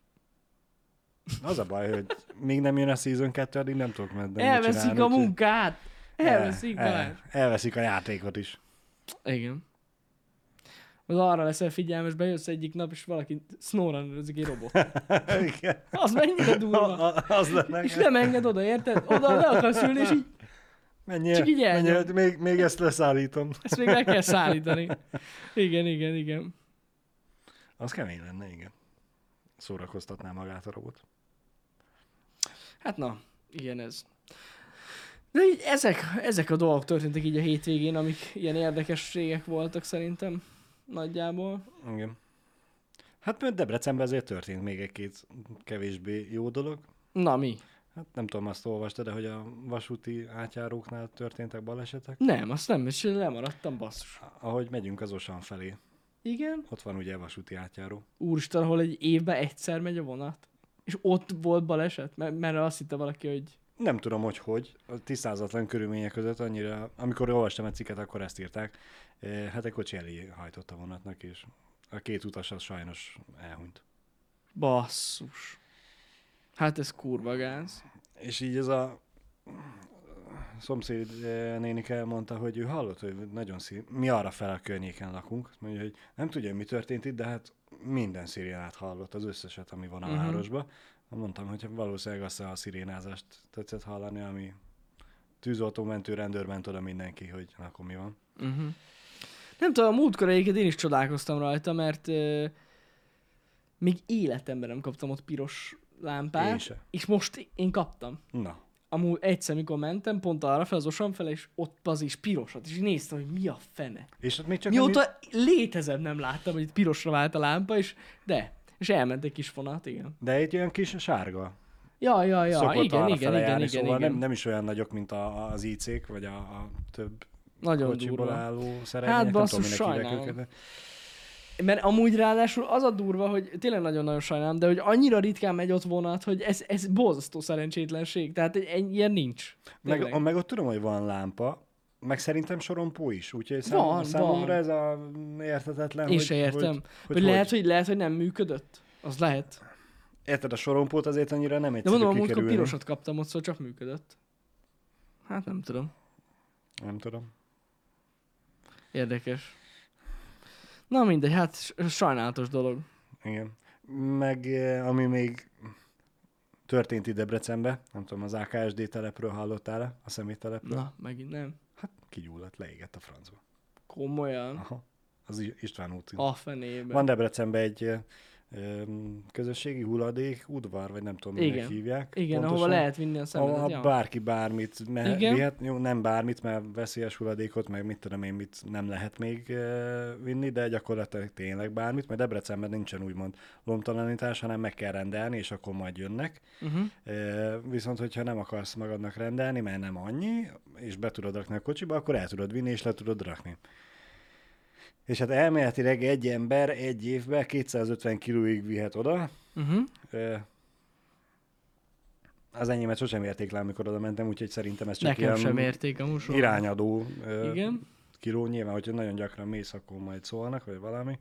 Az a baj, hogy még nem jön a Season 2, addig nem tudok medden Elveszik a munkát! Elveszik, el, Balázs! Elveszik a játékot is. Igen. Az arra leszel figyelmes, bejössz egyik nap, és valaki snowrunnerözik egy robot. Igen. Az mennyire durva. A- a- Az lenne. És nem enged oda, érted? Oda le akarsz ülni, és így Menjél, Csak így elnyom. menjél, még, még ezt leszállítom. ezt még meg kell szállítani. Igen, igen, igen. Az kemény lenne, igen. Szórakoztatná magát a robot. Hát na, igen ez. De így ezek, ezek a dolgok történtek így a hétvégén, amik ilyen érdekességek voltak szerintem nagyjából. Igen. Hát mert Debrecenben azért történt még egy-két kevésbé jó dolog. Na mi? Hát nem tudom, azt olvastad, de hogy a vasúti átjáróknál történtek balesetek. Nem, azt nem, és lemaradtam, basszus. Ahogy megyünk az Osan felé, Igen? ott van ugye vasúti átjáró. Úristen, ahol egy évben egyszer megy a vonat. És ott volt baleset, mert, mert azt hitte valaki, hogy Nem tudom, hogy hogy, a tisztázatlan körülmények között annyira, amikor olvastam egy cikket, akkor ezt írták, Eh, hát egy kocsi elé hajtott a vonatnak, és a két utas az sajnos elhunyt. basszus. Hát ez kurva gáz. És így ez a szomszéd eh, nénik elmondta, hogy ő hallott, hogy nagyon szív... Mi arra fel a környéken lakunk, mondja, hogy nem tudja, mi történt itt, de hát minden szirénát hallott, az összeset, ami van a Mhm. uh-huh. városban. Mondtam, hogy valószínűleg azt a szirénázást tetszett hallani, ami tűzoltómentő rendőr ment oda mindenki, hogy na, akkor mi van. Uh-huh. Nem tudom, a múltkor egyébként én is csodálkoztam rajta, mert euh, még életemben nem kaptam ott piros lámpát, Én és, se. és most én kaptam. Na, Amúgy egyszer, mikor mentem, pont arra fel, az osam fel, és ott az is pirosat, és így néztem, hogy mi a fene. és ott még csak nem Mióta létezem nem láttam, hogy itt pirosra vált a lámpa, és de, és elment egy kis vonat, igen. De egy olyan kis sárga. Ja, ja, ja, szokott igen, arra igen, fele igen, járni, igen, szóval igen. Nem, nem is olyan nagyok, mint a, a- az IC-k, vagy a, a több Nagyon kocsiból durva. Hát, álló szerelvények. basszus, nem tudom, minek hívják sajnálom. őket, de- Mert amúgy ráadásul az a durva, hogy tényleg nagyon-nagyon sajnálom, de hogy annyira ritkán megy ott vonat, hogy ez, ez borzasztó szerencsétlenség. Tehát egy, egy ilyen nincs. Meg, Tényleg. a- meg ott tudom, hogy van lámpa, meg szerintem sorompó is, úgyhogy szám, Van, számomra van. ez a értetetlen, Én hogy, se értem. Hogy, Hogy, hogy, lehet, hogy lehet, hogy nem működött. Az lehet. Érted, a sorompót azért annyira nem De egyszerű mondom, a múltkor kikerülni. pirosat kaptam ott, szóval csak működött. Hát nem tudom. Nem tudom. Érdekes. Na mindegy, hát s- sajnálatos dolog. Igen. Meg eh, ami még történt itt Debrecenbe, nem tudom, az AKSD telepről hallottál-e, a szeméttelepről? Na, megint nem. Hát kigyulladt, leégett a francba. Komolyan. Aha. Az I- István úti. A fenébe. Van Debrecenben egy ö, ö, közösségi hulladék, udvar, vagy nem tudom, minek Igen. hívják. Igen, ahova lehet vinni a szemetet. Ahova ja. bárki bármit me- Igen. vihet, jó, nem bármit, mert veszélyes hulladékot, meg mit tudom én, mit nem lehet még ö, vinni, de gyakorlatilag tényleg bármit, mert Debrecenben nincsen úgymond lomtalanítás, hanem meg kell rendelni, és akkor majd jönnek. Uh-huh. Ö, Viszont, hogyha nem akarsz magadnak rendelni, mert nem annyi, és be tudod rakni a kocsiba, akkor el tudod vinni, és le tudod rakni. És hát elméletileg egy ember egy évben 250 kilóig vihet oda. Uh-huh. Ö, Az enyémet sosem érték le, amikor oda mentem, úgyhogy szerintem ez csak Nekem ilyen sem érték a musor. irányadó ö, Igen. kiló. Nyilván, hogyha nagyon gyakran mész, akkor majd szólnak, vagy valami.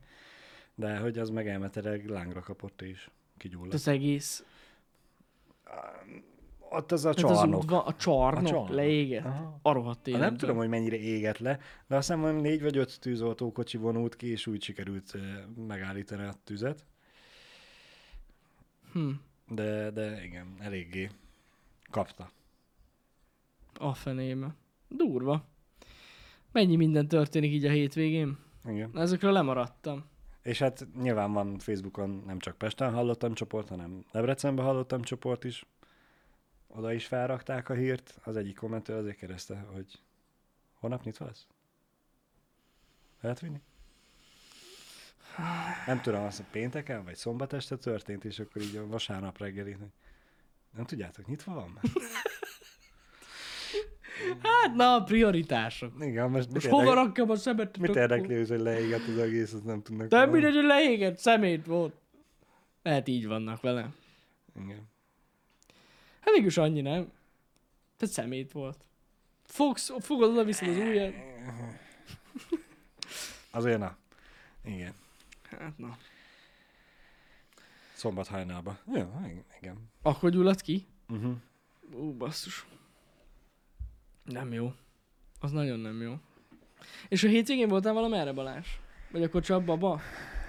De hogy az meg elméletileg lángra kapott és kigyulladt. Az egész. Ott az a Tehát az csarnok. udva, a csarnok, a A csarnok. csarnok. leégett. Aha. A rohadt Hát életben. nem tudom, hogy mennyire égett le, de azt hiszem, hogy négy vagy öt tűzoltókocsi vonult ki, és úgy sikerült eh, megállítani a tüzet. Hm. De, de igen, eléggé kapta. A fenébe. Durva. Mennyi minden történik így a hétvégén? Igen. Ezekről lemaradtam. És hát nyilván van Facebookon nem csak Pesten hallottam csoport, hanem Debrecenben hallottam csoport is. Oda is felrakták a hírt. Az egyik kommentő azért kereszte, hogy holnap nyitva lesz? Lehet vinni? Nem tudom, az pénteken vagy szombat este történt, és akkor így a vasárnap reggelén, hogy nem tudjátok, nyitva van már? Hát na, a prioritások. Igen, most, Most mit, hova érdekli, rakjam a szemetet? mit akkor? érdekli, őt, hogy leégett az egész, azt nem tudnak. De valami. mindegy, hogy leégett, szemét volt. Lehet így vannak vele. Igen. Hát mégis annyi, nem? Tehát szemét volt. Fogsz, fogod oda viszed az ujjat. Azért na. Igen. Hát na. Szombat hajnalba. Jó, igen. Akkor gyulladt ki? Uh-huh. Ú, basszus. Nem jó. Az nagyon nem jó. És a hétvégén voltál valamerre, Balázs? Vagy akkor csak baba?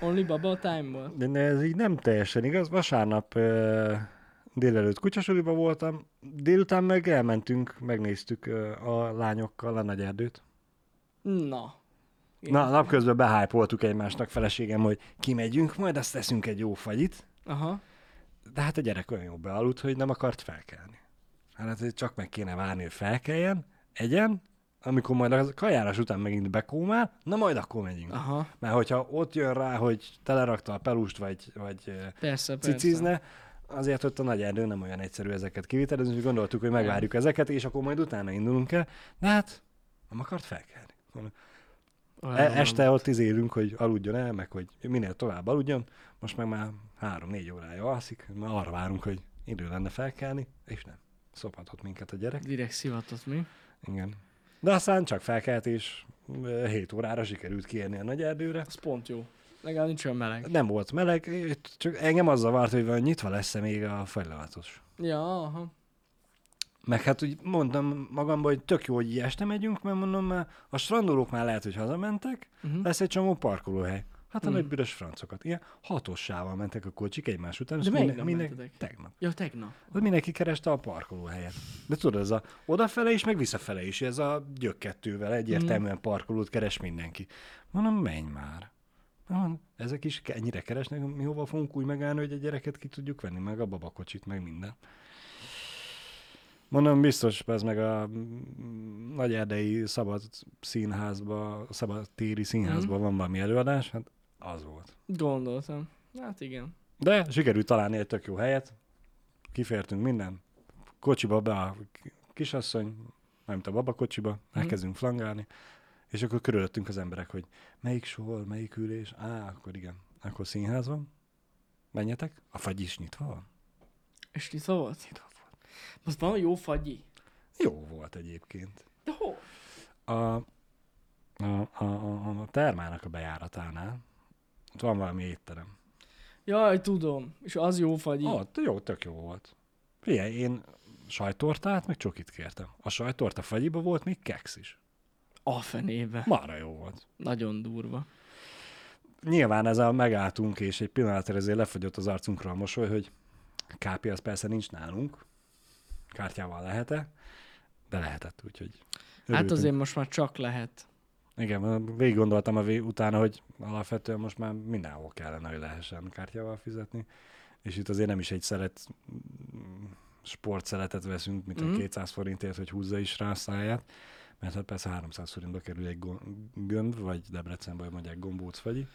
Only baba time volt? De ez így nem teljesen igaz. Vasárnap ö, délelőtt kutyasuliba voltam, délután meg elmentünk, megnéztük ö, a lányokkal a nagy erdőt. Na. Igen. Na, napközben behájpoltuk egymásnak feleségem, hogy kimegyünk, majd azt teszünk egy jó fagyit. Aha. De hát a gyerek olyan jól bealudt, hogy nem akart felkelni. Hát ez csak meg kéne várni, hogy felkeljen, egyen, amikor majd a kajárás után megint bekómál, na majd akkor megyünk. Aha. Mert hogyha ott jön rá, hogy telerakta a pelust, vagy, vagy ö, Persze, persze. cicizne, azért ott a nagy erdő nem olyan egyszerű ezeket kivitelezni, és gondoltuk, hogy megvárjuk ezeket, és akkor majd utána indulunk el, de hát nem akart felkelni. Olyan E- van. este ott izélünk, hogy aludjon el, meg hogy minél tovább aludjon, most meg már három-négy órája alszik, már arra várunk, hogy idő lenne felkelni, és nem. Szophatott minket a gyerek. Direkt szivatott mi? Igen. De aztán csak felkelt, és 7 órára sikerült kiérni a nagy erdőre. Az pont jó. Legalább nincs olyan meleg. Nem volt meleg, itt csak engem az zavart, hogy vajon nyitva lesz-e még a fagylaltos. Ja, aha. Meg hát úgy mondtam magamban, hogy tök jó, hogy így este megyünk, mert mondom már, a strandolók már lehet, hogy hazamentek, Uh-huh. lesz egy csomó parkolóhely. Hát a Hmm. nagy büdös francokat. Ilyen hatossával mentek a kocsik egymás után. De és melyik minden- nap minden- mentetek? Tegnap. Ja, tegnap. De mindenki kereste a parkolóhelyet. De tudod, ez a odafele is, meg visszafele is, ez a gyökkettővel egyértelműen parkolót keres mindenki. Mondom, menj már. Mondom, ezek is ke- ennyire keresnek, mi hova fogunk úgy megállni, hogy a gyereket ki tudjuk venni, meg a babakocsit, meg minden. Mondom, biztos, ez meg a mm, nagy erdei szabad színházba, szabad téri színházba van valami előadás, hát az volt. Gondoltam. Hát igen. De sikerült találni egy tök jó helyet, kifértünk minden, kocsiba be a k- kisasszony, nem a babakocsiba, elkezdünk flangálni, és akkor körülöttünk az emberek, hogy melyik sor, melyik ülés, á, akkor igen, akkor színház van, menjetek, a fagy is nyitva van. És nyitva volt? Nyitva volt. Most van jó fagyi. Jó volt egyébként. De hol? A, a, a, a, a termának a bejáratánál ott van valami étterem. Jaj, tudom. És az jó fagyi. Ó, t- jó, tök jó volt. Figyelj, én sajtortát, meg csokit kértem. A sajtorta fagyiba volt még keksz is. A fenébe. Marra jó volt. Nagyon durva. Nyilván ez a megálltunk, és egy pillanatra ezért lefagyott az arcunkra a mosoly, hogy kápi az persze nincs nálunk, kártyával lehet-e, de lehetett, úgyhogy Hát örültünk. azért most már csak lehet. Igen, végig gondoltam a vég, utána, hogy alapvetően most már mindenhol kellene, hogy lehessen kártyával fizetni, és itt azért nem is egy szeret, mm, sportszeletet veszünk, mint Mhm. a 200 forintért, hogy húzza is rá a száját, mert hát persze 300 forintba kerül egy go- gömb, vagy Debrecenben mondják gombóc vagy.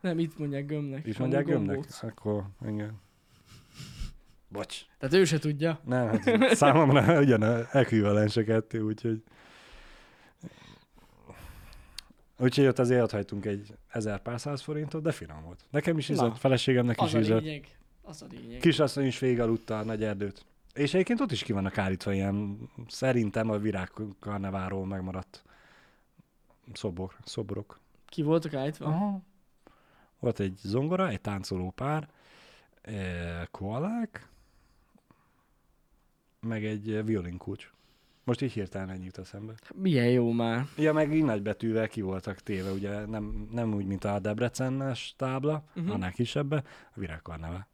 Nem, itt mondják gömnek. Itt amúgy mondják gömbnek? gombóc. Akkor, igen. Bocs. Tehát ő se tudja. Nem, hát számomra ugyan ekvivalens a kettő, úgyhogy... Úgyhogy ott azért ott hagytunk egy ezer pár száz forintot, de finom volt. Nekem is Na. izzott, feleségemnek is Az a izzott. lényeg. Az a lényeg. Kisasszony is végigaludta a nagy erdőt. És egyébként ott is ki vannak állítva ilyen, szerintem a virágkarneváról megmaradt szobor, szobrok. Ki voltak állítva? Aha. Volt egy zongora, egy táncoló pár, eh, koalák, meg egy eh, violinkulcs. Most így hirtelen ennyi jut eszembe. Milyen jó már. Ja, meg így nagybetűvel ki voltak téve, ugye nem, nem úgy, mint a Debrecennes tábla, Mhm. uh-huh. annál kisebb, a virágkarneve.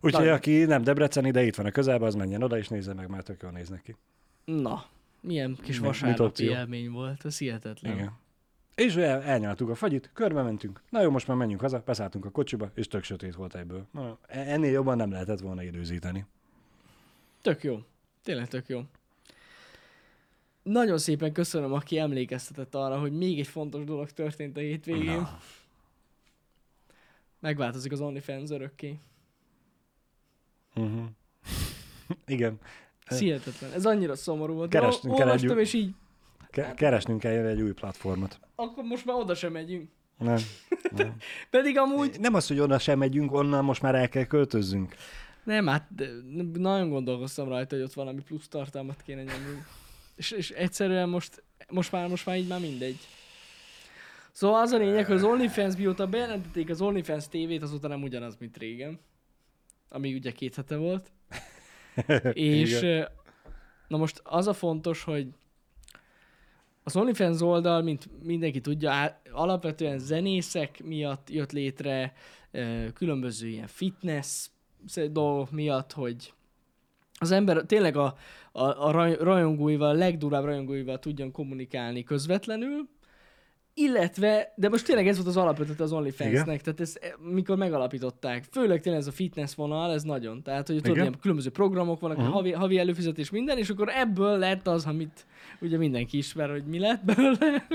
Úgyhogy Nagyon. aki nem Debreceni, de itt van a közelben, az menjen oda és nézze meg, mert tök jól néz neki. Na, milyen kis Mi- mit vasárnapi opció? élmény volt, ez hihetetlen. Igen. És el, elnyaltuk a fagyit, körbe mentünk. Na jó, most már menjünk haza, beszálltunk a kocsiba, és tök sötét volt egyből. Na, e- ennél jobban nem lehetett volna időzíteni. Tök jó. Tényleg tök jó. Nagyon szépen köszönöm, aki emlékeztetett arra, hogy még egy fontos dolog történt a hétvégén. Na. Megváltozik az OnlyFans örökké. Uh-huh. Igen, Ez hihetetlen. Ez annyira szomorú volt. De Kerestünk ol- kell egy olvastam, új- és így, Ke- keresnünk kell egy új platformot. akkor most már oda sem megyünk. Nem. Pedig amúgy nem az, hogy onnan sem megyünk, onnan most már el kell költözzünk. Nem, hát de- nagyon gondolkoztam rajta, hogy ott valami plusz tartalmat kéne nyomni. És, és egyszerűen most, most már, most már így már mindegy. Szóval az a lényeg, hogy az OnlyFans mióta bejelentették az OnlyFans tévét, azóta nem ugyanaz, mint régen. Ami ugye két hete volt. és Igen. ö, na most az a fontos, hogy az OnlyFans oldal, mint mindenki tudja, á- alapvetően zenészek miatt jött létre, ö, különböző ilyen fitness sz- dolgok miatt, hogy az ember tényleg a, a, a raj- rajongóival, a legdurább rajongóival tudjon kommunikálni közvetlenül, illetve, de most tényleg ez volt az alapötlet az OnlyFans-nek, tehát ez, e, mikor megalapították, főleg tényleg ez a fitness vonal, ez nagyon, tehát hogy tudod, Igen. ilyen különböző programok vannak, uh-huh. havi, havi előfizetés, minden, és akkor ebből lett az, amit ugye mindenki ismer, hogy mi lett belőle,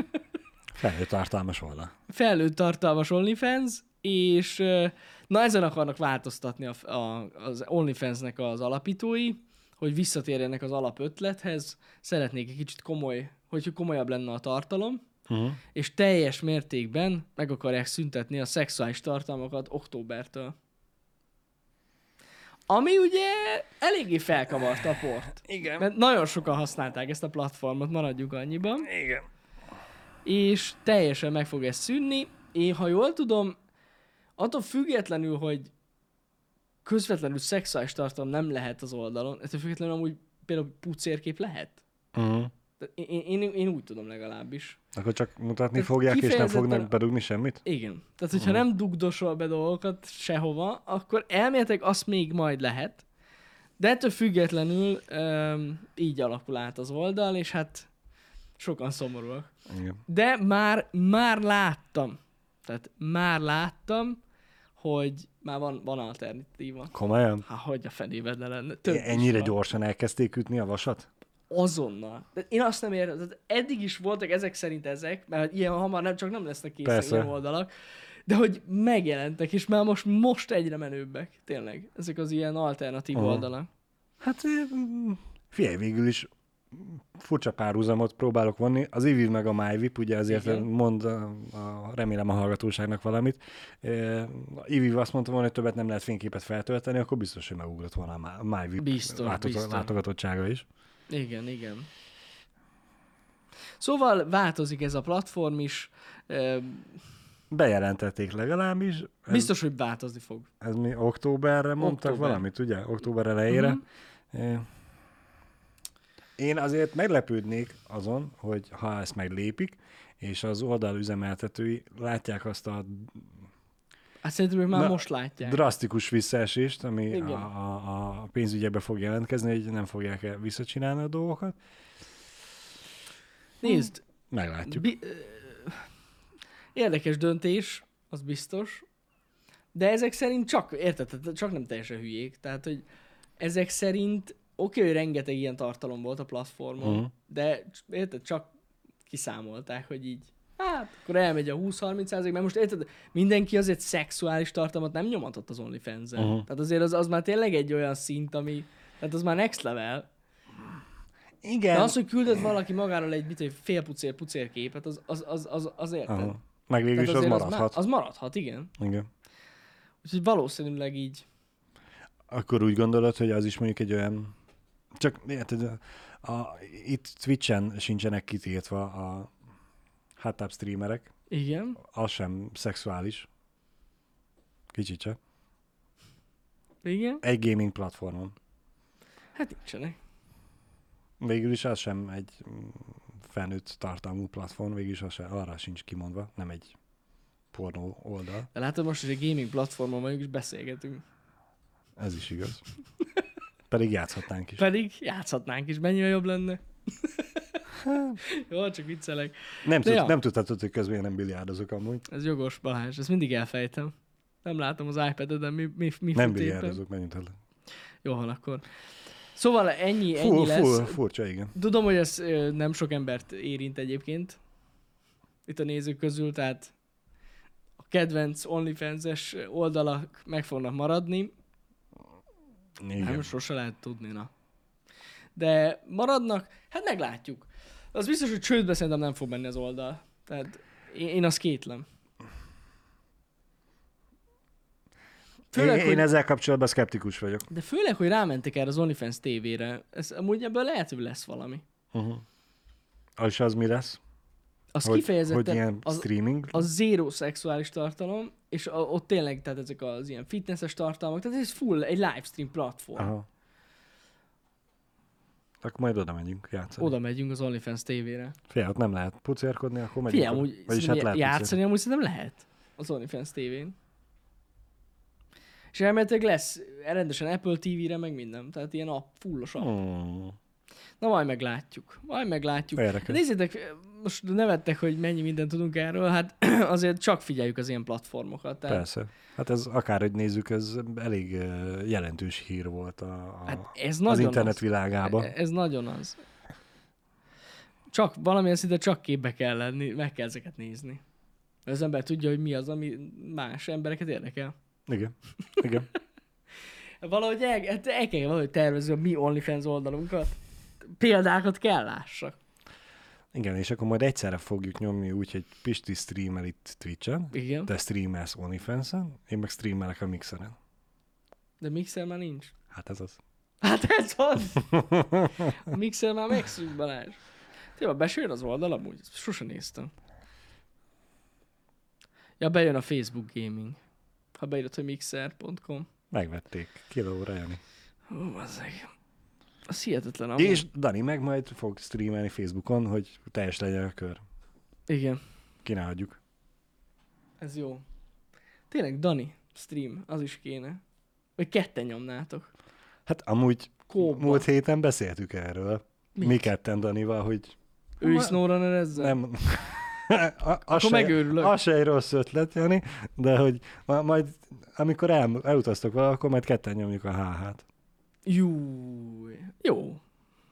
Felhő tartalmas volna. felnőtt tartalmas OnlyFans, és ö, na ezen akarnak változtatni a, a, az OnlyFansnek az alapítói, hogy visszatérjenek az alapötlethez, szeretnék egy kicsit komoly, hogy komolyabb lenne a tartalom, Uh-huh. és teljes mértékben meg akarják szüntetni a szexuális tartalmakat októbertől. Ami ugye eléggé felkavarta a port. Igen. Mert nagyon sokan használták ezt a platformot, maradjuk annyiban Igen. és teljesen meg fog ez szűnni. Én, ha jól tudom, attól függetlenül, hogy közvetlenül szexuális tartalom nem lehet az oldalon, ettől függetlenül amúgy például pucérkép lehet. Uh-huh. De Én, én, én úgy tudom legalábbis. Akkor csak mutatni Tehát fogják, és nem kifejezetten- fognak bedugni semmit? Igen. Tehát, hogyha nem dugdosol be dolgokat sehova, akkor elméletek azt még majd lehet. De ettől függetlenül um, így alakul át az oldal, és hát sokan szomorúak. Igen. De már, már láttam. Tehát már láttam, hogy már van, van alternatíva. Komolyan? Hát hogy a fenében ne lenne? Több is E, Ennyire van. gyorsan elkezdték ütni a vasat? Azonnal. De én azt nem értem. Tehát eddig is voltak ezek szerint ezek, mert hát ilyen hamar nem, csak nem lesznek készen Persze. ilyen oldalak. De hogy megjelentek, és már most, most egyre menőbbek. Tényleg. Ezek az ilyen alternatív Aha. oldalak. Hát mm, figyelj, végül is furcsa párhuzamot próbálok vonni. Az IVIV meg a MyVip, ugye azért Igen. Igen. mond, a, a, remélem a hallgatóságnak valamit. E, a IVIV azt mondta volna, hogy többet nem lehet fényképet feltölteni, akkor biztos, hogy megugrott volna a Ma- a MyVip Biztos, biztos. látogatottsága is. Igen, igen. Szóval változik ez a platform is. Ö, Bejelentették legalábbis. Ez, Biztos, hogy változni fog. ez mi októberre mondtak Október. Mhm. valamit, ugye? Október elejére. Mm-hmm. Én azért meglepődnék azon, hogy ha ezt meglépik, és az oldal üzemeltetői látják azt a Hát szerintem ők már Na, most látják. drasztikus visszaesést, ami Igen. a, a, a pénzügyekbe fog jelentkezni, hogy nem fogják el visszacsinálni a dolgokat. Nézd, Meglátjuk. bi- ö, érdekes döntés, az biztos, de ezek szerint csak, érted, tehát csak nem teljesen hülyék, tehát, hogy ezek szerint oké, hogy rengeteg ilyen tartalom volt a platformon, Mhm. de c- érted, csak kiszámolták, hogy így, hát, akkor elmegy a 20-30 százalék, mert most érted, mindenki azért szexuális tartalmat nem nyomatott az onlyfans en Mhm. Tehát azért az, az már tényleg egy olyan szint, ami, tehát az már next level. Igen. De az, hogy küldött valaki magáról egy mit, egy fél pucér, pucér képet, az, az, az, az, az érted. Aha. Meg végül Tehát is az azért maradhat. Az, má- az maradhat, igen. Igen. Úgyhogy valószínűleg így. Akkor úgy gondolod, hogy az is mondjuk egy olyan Csak érted, a, a, itt Twitch-en sincsenek kitiltva a háttább streamerek, Igen. az sem szexuális. Kicsit csak. Igen. Egy gaming platformon. Hát nincsenek. Végül is az sem egy mm, felnőtt tartalmú platform, végül is az sem, arra sincs kimondva, nem egy pornó oldal. De látod most, hogy egy gaming platformon vagyunk, és beszélgetünk. Ez is igaz. Pedig játszhatnánk is. Pedig játszhatnánk is, mennyire jobb lenne. Hát. Jó, csak viccelek. Nem, De tud, ja. nem tudhatod, hogy közben én nem biliárdozok amúgy. Ez jogos, Balázs, ezt mindig elfejtem. Nem látom az iPad-eden, mi, mi, mi Nem fut éppen. biliárdozok, menjünk el. Jó, van akkor. Szóval ennyi, ennyi Fú, lesz. fú, furcsa, igen. Tudom, hogy ez ö, nem sok embert érint egyébként. Itt a nézők közül, tehát a kedvenc OnlyFans-es oldalak meg fognak maradni. Igen. igen. Nem sose lehet tudni, na. De maradnak, hát meglátjuk. Az biztos, hogy csődbe szerintem nem fog menni az oldal. Tehát én, én azt kétlem. Főleg, én, hogy- én ezzel kapcsolatban szkeptikus vagyok. De főleg, hogy rámentek erre az OnlyFans tévére, ez, amúgy ebből lehet, hogy lesz valami. Uh-huh. És az mi lesz? Az hogy, kifejezetten... hogy ilyen az, streaming? a zéró szexuális tartalom, és a, ott tényleg, tehát ezek az ilyen fitnesses tartalmak, tehát ez full egy livestream platform. Aha. Aha. Akkor majd oda megyünk játszani. Oda megyünk az OnlyFans tévére. Figyelj, ott nem lehet pucérkodni, akkor megyünk. Figyelj, amúgy Vagyis hát lehet játszani. játszani amúgy szerintem lehet az OnlyFans tévén. És elméletileg lesz rendesen Apple TV-re, meg minden. Tehát ilyen a fullos app. Hmm. Na majd meglátjuk. Majd meglátjuk. Érdekes. Nézzétek, most nevettek, hogy mennyi mindent tudunk erről, hát azért csak figyeljük az ilyen platformokat. Tehát Persze. Hát ez akárhogy nézzük, ez elég ö, jelentős hír volt a, a, Hát ez az nagyon internet az. világában. E- Ez nagyon az. Csak valamilyen szinte csak képbe kell lenni, meg kell ezeket nézni. Az ember tudja, hogy mi az, ami más embereket érdekel. Igen. Igen. Valahogy el, hát el kell valahogy tervezni a mi OnlyFans oldalunkat. Példákat kell lássak. Igen, és akkor majd egyszerre fogjuk nyomni úgy, hogy Pisti streamel itt Twitch-en, Igen, te streamelsz OnlyFans-en, én meg streamelek a Mixeren. de mixer már nincs. Hát ez az. Hát ez az! A mixer már megszűnt, Balázs. Tényleg besőn az oldal amúgy? Ezt Sose néztem. Ja, bejön a Facebook Gaming. Ha beírod, hogy mixer.com. Megvették. Kilóra Jani. Hú, bazzeg. Az hihetetlen amúgy. És Dani meg majd fog streamelni Facebookon, hogy teljes legyen a kör. Igen, Ki ne hagyjuk. ez jó. Tényleg, Dani, stream, az is kéne. Vagy ketten nyomnátok. Hát amúgy Kóba. múlt héten beszéltük erről. Mit? Mit? Mi ketten Danival, hogy Ő is snowrunner ezzel? nem... A, Akkor megőrülök. az se egy rossz ötlet, Jani, de hogy ma- majd, amikor el, elutaztok valahol, akkor majd ketten nyomjuk a HH-t. Júj. Jó,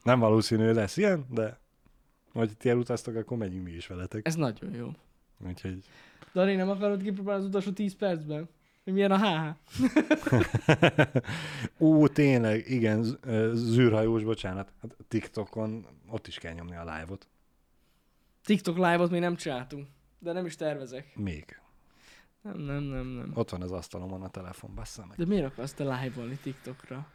Nem valószínű, hogy lesz ilyen, de majd ti elutaztok, akkor megyünk mi is veletek. ez nagyon jó. Úgyhogy Dani, nem akarod kipróbálni az utolsó 10 percben? Hogy milyen a HH? Ú, tényleg, igen, z- ö, zűrhajós, bocsánat. Hát TikTokon ott is kell nyomni a live-ot. TikTok live-ot még nem csináltunk, de nem is tervezek. Még. Nem, nem, nem, nem. Ott van az asztalomon a telefon, bassza meg. De miért akarsz te live-olni TikTokra?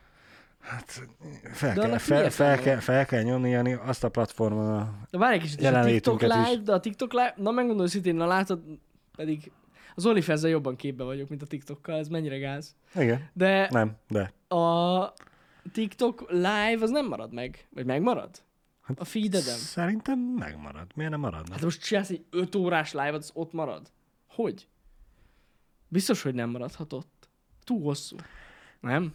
Hát fel De kell, annak fel, milyen fel, van? kell, fel kell nyomni, Jani, azt a platformon a... De várj egy kicsit, és a TikTok Jelenlétünket live, is. de a TikTok live, na megmondom szintén, na látod, pedig az onlyfans jobban képbe vagyok, mint a TikTokkal, ez mennyire gáz. Igen, De nem, de. a TikTok live az nem marad meg, vagy megmarad? Hát A feededem. Szerintem megmarad. Miért nem maradna? Hát most csinálsz egy 5 órás live-ot, az ott marad? Hogy? Biztos, hogy nem maradhatott. Túl hosszú. Nem?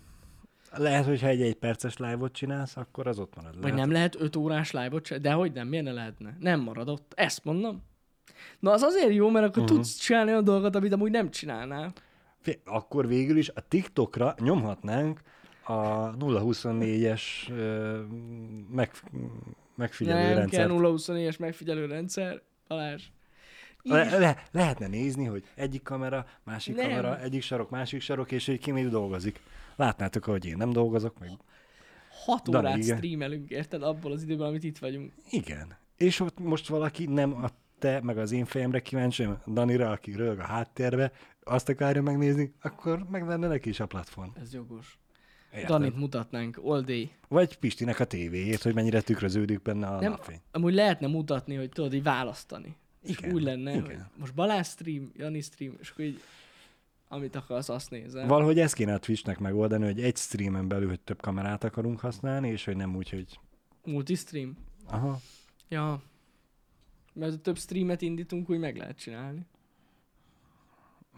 Hát Lehet, hogyha egy egyperces live-ot csinálsz, akkor az ott marad. Vagy Lehet. nem lehet 5 órás live-ot se? De hogy nem, miért ne lehetne? Nem maradott. Ezt mondom. Na az azért jó, mert Mhm. akkor uh-huh. tudsz csinálni olyan dolgot, amit amúgy nem csinálnál. Fé- Akkor végül is a TikTokra nyomhatnánk a 024-es ö, meg, megfigyelő nem rendszert. kell 0-24-es megfigyelő rendszer, Balázs. Így is- Le, le, lehetne nézni, hogy egyik kamera, másik Nem. nem. kamera, egyik sarok, másik sarok, és hogy ki mit dolgozik. Látnátok, hogy én nem dolgozok, meg 6 Dani, órát igen. streamelünk, érted? Abból az időben, amit itt vagyunk. igen. És ott most valaki nem a te, meg az én fejemre kíváncsi, hanem Danira, aki rög a háttérbe, azt akarja megnézni, akkor meg lenne neki is a platform. Ez jogos. Érted? Danit mutatnánk all day. Vagy Pistinek a tévéjét, hogy mennyire tükröződik benne a Nem. napfény. Amúgy lehetne mutatni, hogy tudod, így választani. Igen, És úgy lenne, igen. hogy most Balázs stream, Jani stream, és akkor így, amit akarsz, azt nézel. Valahogy ezt kéne a Twitchnek megoldani, hogy egy streamen belül, hogy több kamerát akarunk használni, és hogy nem úgy, hogy... Multistream. Aha. Ja. Mert ha több streamet indítunk, úgy meg lehet csinálni.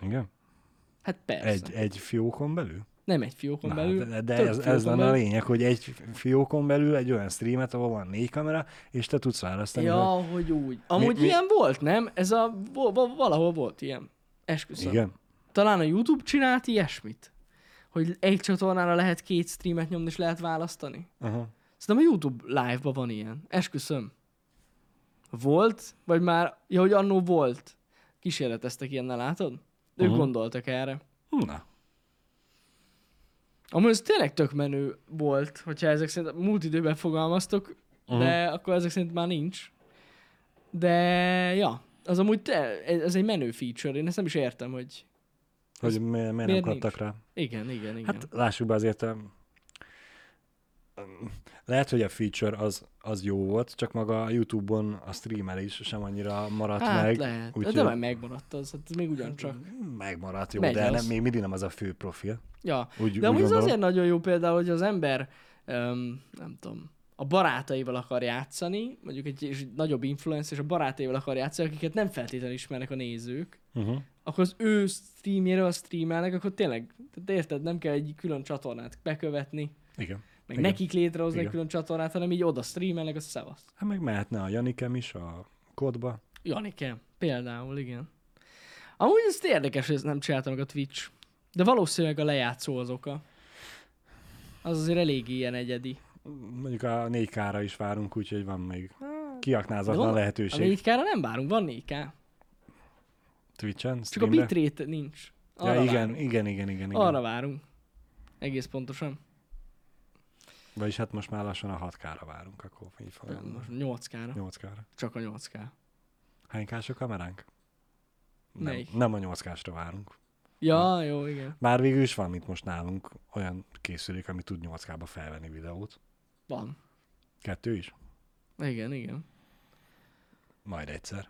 Igen? Hát persze. Egy, egy fiókon belül? Nem egy fiókon Na, belül. de, de több ez, ez fiókon lenne a belül. lényeg, hogy egy fiókon belül egy olyan streamet, ahol van négy kamera, és te tudsz választani. Ja, hogy- hogy úgy. Amúgy mi- ilyen volt, nem? Ez a... vo- vo- Valahol volt ilyen. Esküszöm. Igen? Talán a YouTube csinált ilyesmit. Hogy egy csatornára lehet két streamet nyomni, és lehet választani. Aha. Szerintem a YouTube live-ban van ilyen. Esküszöm. Volt? Vagy már... Ja, hogy annó volt. Kísérleteztek ilyennel, látod? Ők Mhm. gondoltak erre. Na, Amúgy ez tényleg tök menő volt, hogyha ezek szerint múlt időben fogalmaztok, Mhm. de akkor ezek szerint már nincs. De ja, az amúgy te, ez egy menő feature, én ezt nem is értem, hogy hogy mi, miért, miért nem miért kaptak rá? igen, igen, igen. Hát lássuk be azért, um, lehet, hogy a feature az, az jó volt, csak maga a YouTube-on a streamelés sem annyira maradt hát meg. lehet, de, úgyhogy- de már megmaradt az, hát ez még ugyancsak. Megmaradt, jó, Megy de az. nem, még mindig nem az a fő profil. Ja, Úgy, de úgy amúgy ez gondolom. azért nagyon jó például, hogy az ember, öm, nem tudom, a barátaival akar játszani, mondjuk egy, és egy nagyobb influencer, és a barátaival akar játszani, akiket nem feltétlenül ismernek a nézők, Uh-huh. akkor az ő streamjéről streamelnek, akkor tényleg, tehát érted, nem kell egy külön csatornát bekövetni, Igen. meg Igen. nekik létrehozni egy Igen. külön csatornát, hanem így oda streamelnek, az szevasz. Hát meg mehetne a Janikem is a kodba. Janike, például, igen. Amúgy ez érdekes, hogy ezt nem csinálta meg a Twitch. De valószínűleg a lejátszó az oka. Az azért elég ilyen egyedi. Mondjuk a 4K-ra is várunk, úgyhogy van még De kiaknázatlan van- A lehetőség. 4K-ra nem várunk, van 4K. Twitch-en, Csak a streamre. bitrate nincs. Arra Ja, igen, várunk. igen, igen, igen, igen. Arra várunk. Egész pontosan. Vagyis hát most már lassan a 6K-ra várunk, akkor így fogom. Most 8K-ra. 8K-ra. Csak a 8K. Hány kás a kameránk? Nem, Melyik? nem a 8 ra várunk. Ja, jó, igen. Bár végül is van, mint most nálunk, olyan készülék, ami tud 8K-ba felvenni videót. Van. Kettő is? Igen, igen. Majd egyszer.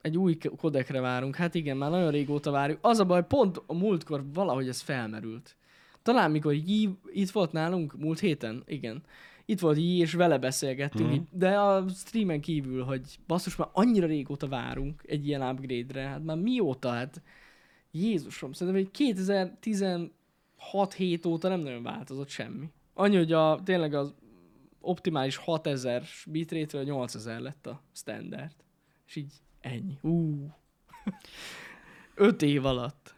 Egy új k- kodekre várunk. Hát igen, már nagyon régóta várjuk. Az a baj, pont a múltkor valahogy ez felmerült. Talán mikor Yi itt volt nálunk, múlt héten, igen. Itt volt Yi, és vele beszélgettünk, Mhm. így, de a streamen kívül, hogy basszus, már annyira régóta várunk egy ilyen upgrade-re, hát már mióta, hát Jézusom, szerintem egy 2016 7 óta nem nagyon változott semmi. Annyi, hogy a, tényleg az optimális 6000 bitrate-ről 8000 lett a standard. És így ennyi. Ú. Öt év alatt.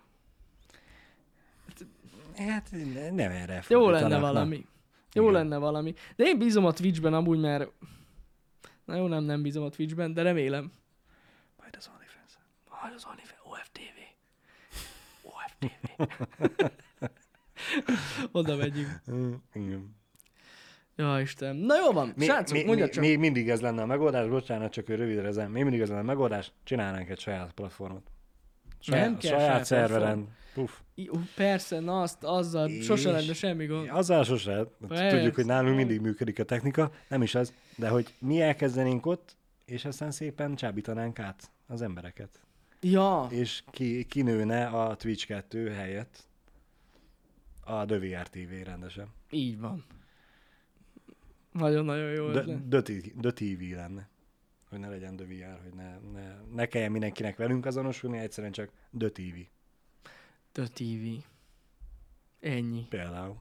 Hát ne- nem erre Jó fordítanak, lenne na. valami. Jó Igen. lenne valami. De én bízom a Twitchben amúgy, mert... Na jó, nem, nem bízom a Twitchben, de remélem. Majd az OnlyFans. Majd az OnlyFans, OFTV. OFTV. Oda megyünk. Mm, igen. Ja, Isten. Na jó van, Mi, srácok, mi, mondjad mi, csak. mi, mindig ez lenne a megoldás, bocsánat, csak hogy rövidre ezen. Mi mindig ez lenne a megoldás, csinálnánk egy saját platformot. Saját, Nem kell saját saját szerveren. Puff. Í- ú, Persze, na azt, azzal És- sose lenne semmi gond. Azzal sose. Persze. Tudjuk, hogy nálunk mindig működik a technika, nem is az, de hogy mi elkezdenénk ott, és aztán szépen csábítanánk át az embereket. Ja, És ki, kinőne a Twitch 2 helyett a The VR TV rendesen. így van. Nagyon-nagyon jó The, ötlet. the, T- the TV lenne. Hogy ne legyen The VR, hogy ne, ne, ne kelljen mindenkinek velünk azonosulni, egyszerűen csak The TV The TV. Ennyi. például.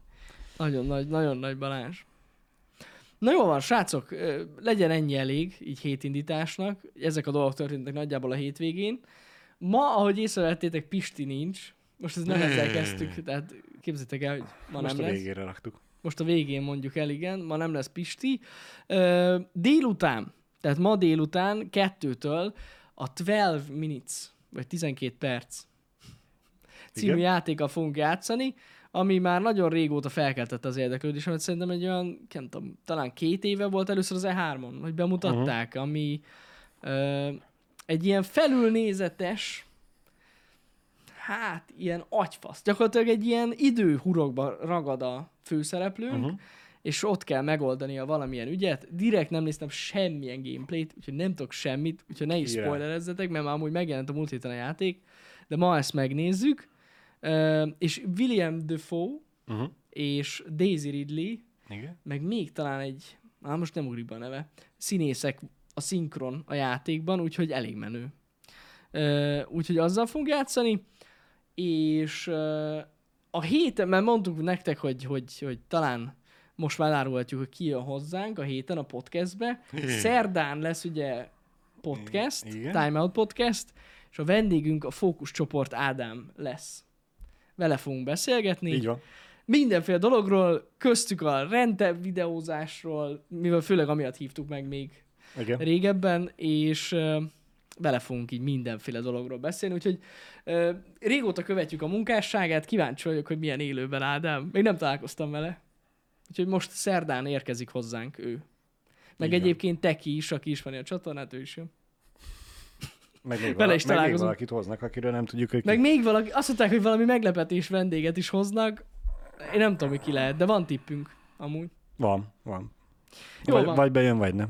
Nagyon nagy, nagyon nagy Balázs. Na jó van, srácok, ö, legyen ennyi elég, így hétindításnak. Ezek a dolgok történtek nagyjából a hétvégén. Ma, ahogy észrevettétek, Pisti nincs. Most ez nem ezzel kezdtük, tehát képzétek el, hogy ma Most nem a lesz. végére raktuk. Most a végén mondjuk el, igen, ma nem lesz Pisti. Ö, Délután, tehát ma délután kettőtől a 12 minutes, vagy 12 perc című Igen. játéka fogunk játszani, ami már nagyon régóta felkeltette az érdeklődésemet, szerintem egy olyan, nem tudom, talán két éve volt először az E3-on, hogy bemutatták, uh-huh. ami ö, egy ilyen felülnézetes, hát ilyen agyfasz. Gyakorlatilag egy ilyen időhurokba ragad a főszereplőnk, uh-huh. és ott kell megoldania valamilyen ügyet. Direkt nem néztem semmilyen gameplayt, úgyhogy nem tudok semmit, úgyhogy ne is Király. spoilerezzetek, mert már amúgy megjelent a múlt héten a játék, de ma ezt megnézzük. Ö, és William Defoe Uh-huh. és Daisy Ridley Igen. meg még talán egy, á, most nem ugrik be a neve, színészek a szinkron a játékban, úgyhogy elég menő. Ö, úgyhogy azzal fogunk játszani, és ö, a héten, mert mondtuk nektek, hogy, hogy, hogy talán most már árulhatjuk, hogy ki jön hozzánk a héten a podcastbe. Szerdán lesz ugye podcast, Igen. Time Out podcast, és a vendégünk a fókuszcsoport Ádám lesz. Vele fogunk beszélgetni Így van. mindenféle dologról, köztük a rendebb videózásról, mivel főleg amiatt hívtuk meg még Igen. régebben, és ö, vele fogunk így mindenféle dologról beszélni, úgyhogy ö, régóta követjük a munkásságát, kíváncsi vagyok, hogy milyen élőben Ádám. Még nem találkoztam vele. Úgyhogy most szerdán érkezik hozzánk ő. Meg Igen. egyébként Teki is, aki ismeri a csatornát, ő is jön. Meg még, Vele vala- is meg még találkozunk. valakit hoznak, akiről nem tudjuk, hogy ki. Meg még valaki, azt mondták, hogy valami meglepetés vendéget is hoznak. Én nem tudom, hogy ki lehet, de van tippünk amúgy. Van, van. Jó vagy, van. vagy bejön, vagy nem.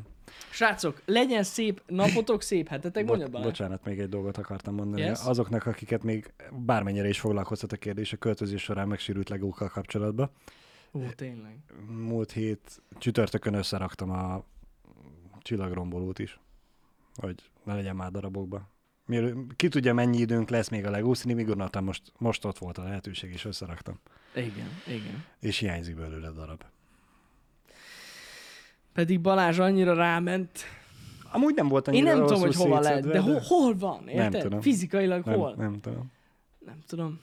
Srácok, legyen szép napotok, szép hetetek, Bo- mondja bele. bocsánat, még egy dolgot akartam mondani. Yes? Yes? Azoknak, akiket még bármennyire is foglalkoztat a kérdés a költözés során megsérült legókkal kapcsolatban. Ó, tényleg. Múlt hét csütörtökön összeraktam a csillagrombolót is, hogy ne legyen már darabokba. Mielő- Ki tudja, mennyi időnk lesz még a legúszni, míg gondoltam, most, most ott volt a lehetőség, és összeraktam. Igen, igen. És hiányzik belőle darab. Pedig Balázs annyira ráment. Amúgy nem volt Én annyira nem tudom, hogy rosszul hova lehet, de szétszedve, ho- hol van, érted? tudom. Fizikailag nem, hol? Nem. nem tudom. nem tudom.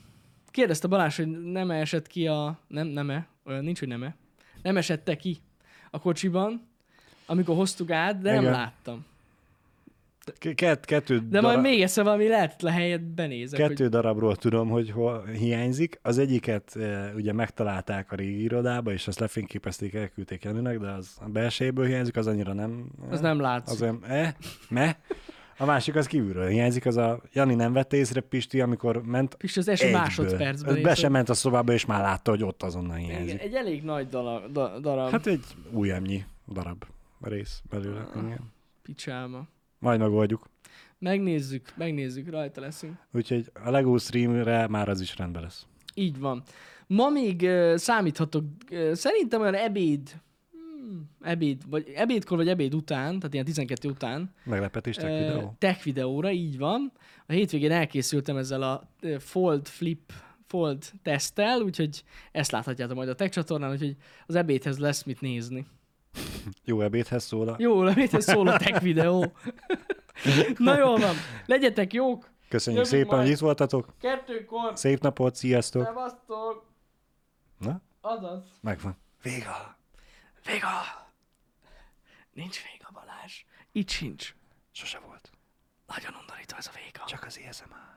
Kérdezte Balázs, hogy nem esett ki a... Nem, nem-e? Olyan nincs, hogy nem-e. Nem esette ki a kocsiban, amikor hoztuk át, de nem Igen. láttam. K- Kett, kettő De majd még egyszer valami lehetetlen helyet benézek, Kettő Kettő. hogy darabról tudom, hogy hol hiányzik. Az egyiket e, ugye megtalálták a régi irodába, és azt lefényképezték, elküldték Jenőnek, de az a belsejéből hiányzik, az annyira nem... az nem látszik. Az olyan, e, me. A másik az kívülről hiányzik, az a Jani nem vette észre Pisti, amikor ment Pisti az első egyből. másodpercben. Az Be észre- sem ment a szobába, és már látta, hogy ott azonnal hiányzik. Igen, egy elég nagy dala, da, darab hát, Hát egy újemnyi darab rész belőle. Ah. Igen. picsáma. Majd megoldjuk. Megnézzük, megnézzük, rajta leszünk. Úgyhogy a LEGO streamre már az is rendben lesz. Így van. Ma még uh, számíthatok, uh, szerintem olyan ebéd, hmm, ebéd, vagy ebédkor, vagy ebéd után, tehát ilyen 12 után, Meglepetést ö, uh, videó. tech videóra, így van. A hétvégén elkészültem ezzel a ö, fold flip, fold teszttel, úgyhogy ezt láthatjátok majd a tech csatornán, úgyhogy az ebédhez lesz mit nézni. Jó ebédhez szól a... Jó, remélhetően szól a tech videó. Na jól van, legyetek jók, Köszönjük Jövünk szépen, majd. hogy itt voltatok. kettőkor, Szép napot, sziasztok. szevasztok, Na, azaz. megvan. Vége. Véga! Nincs véga, Balázs. Itt sincs. Sose volt. Nagyon undorító ez a véga. Csak az ASMR.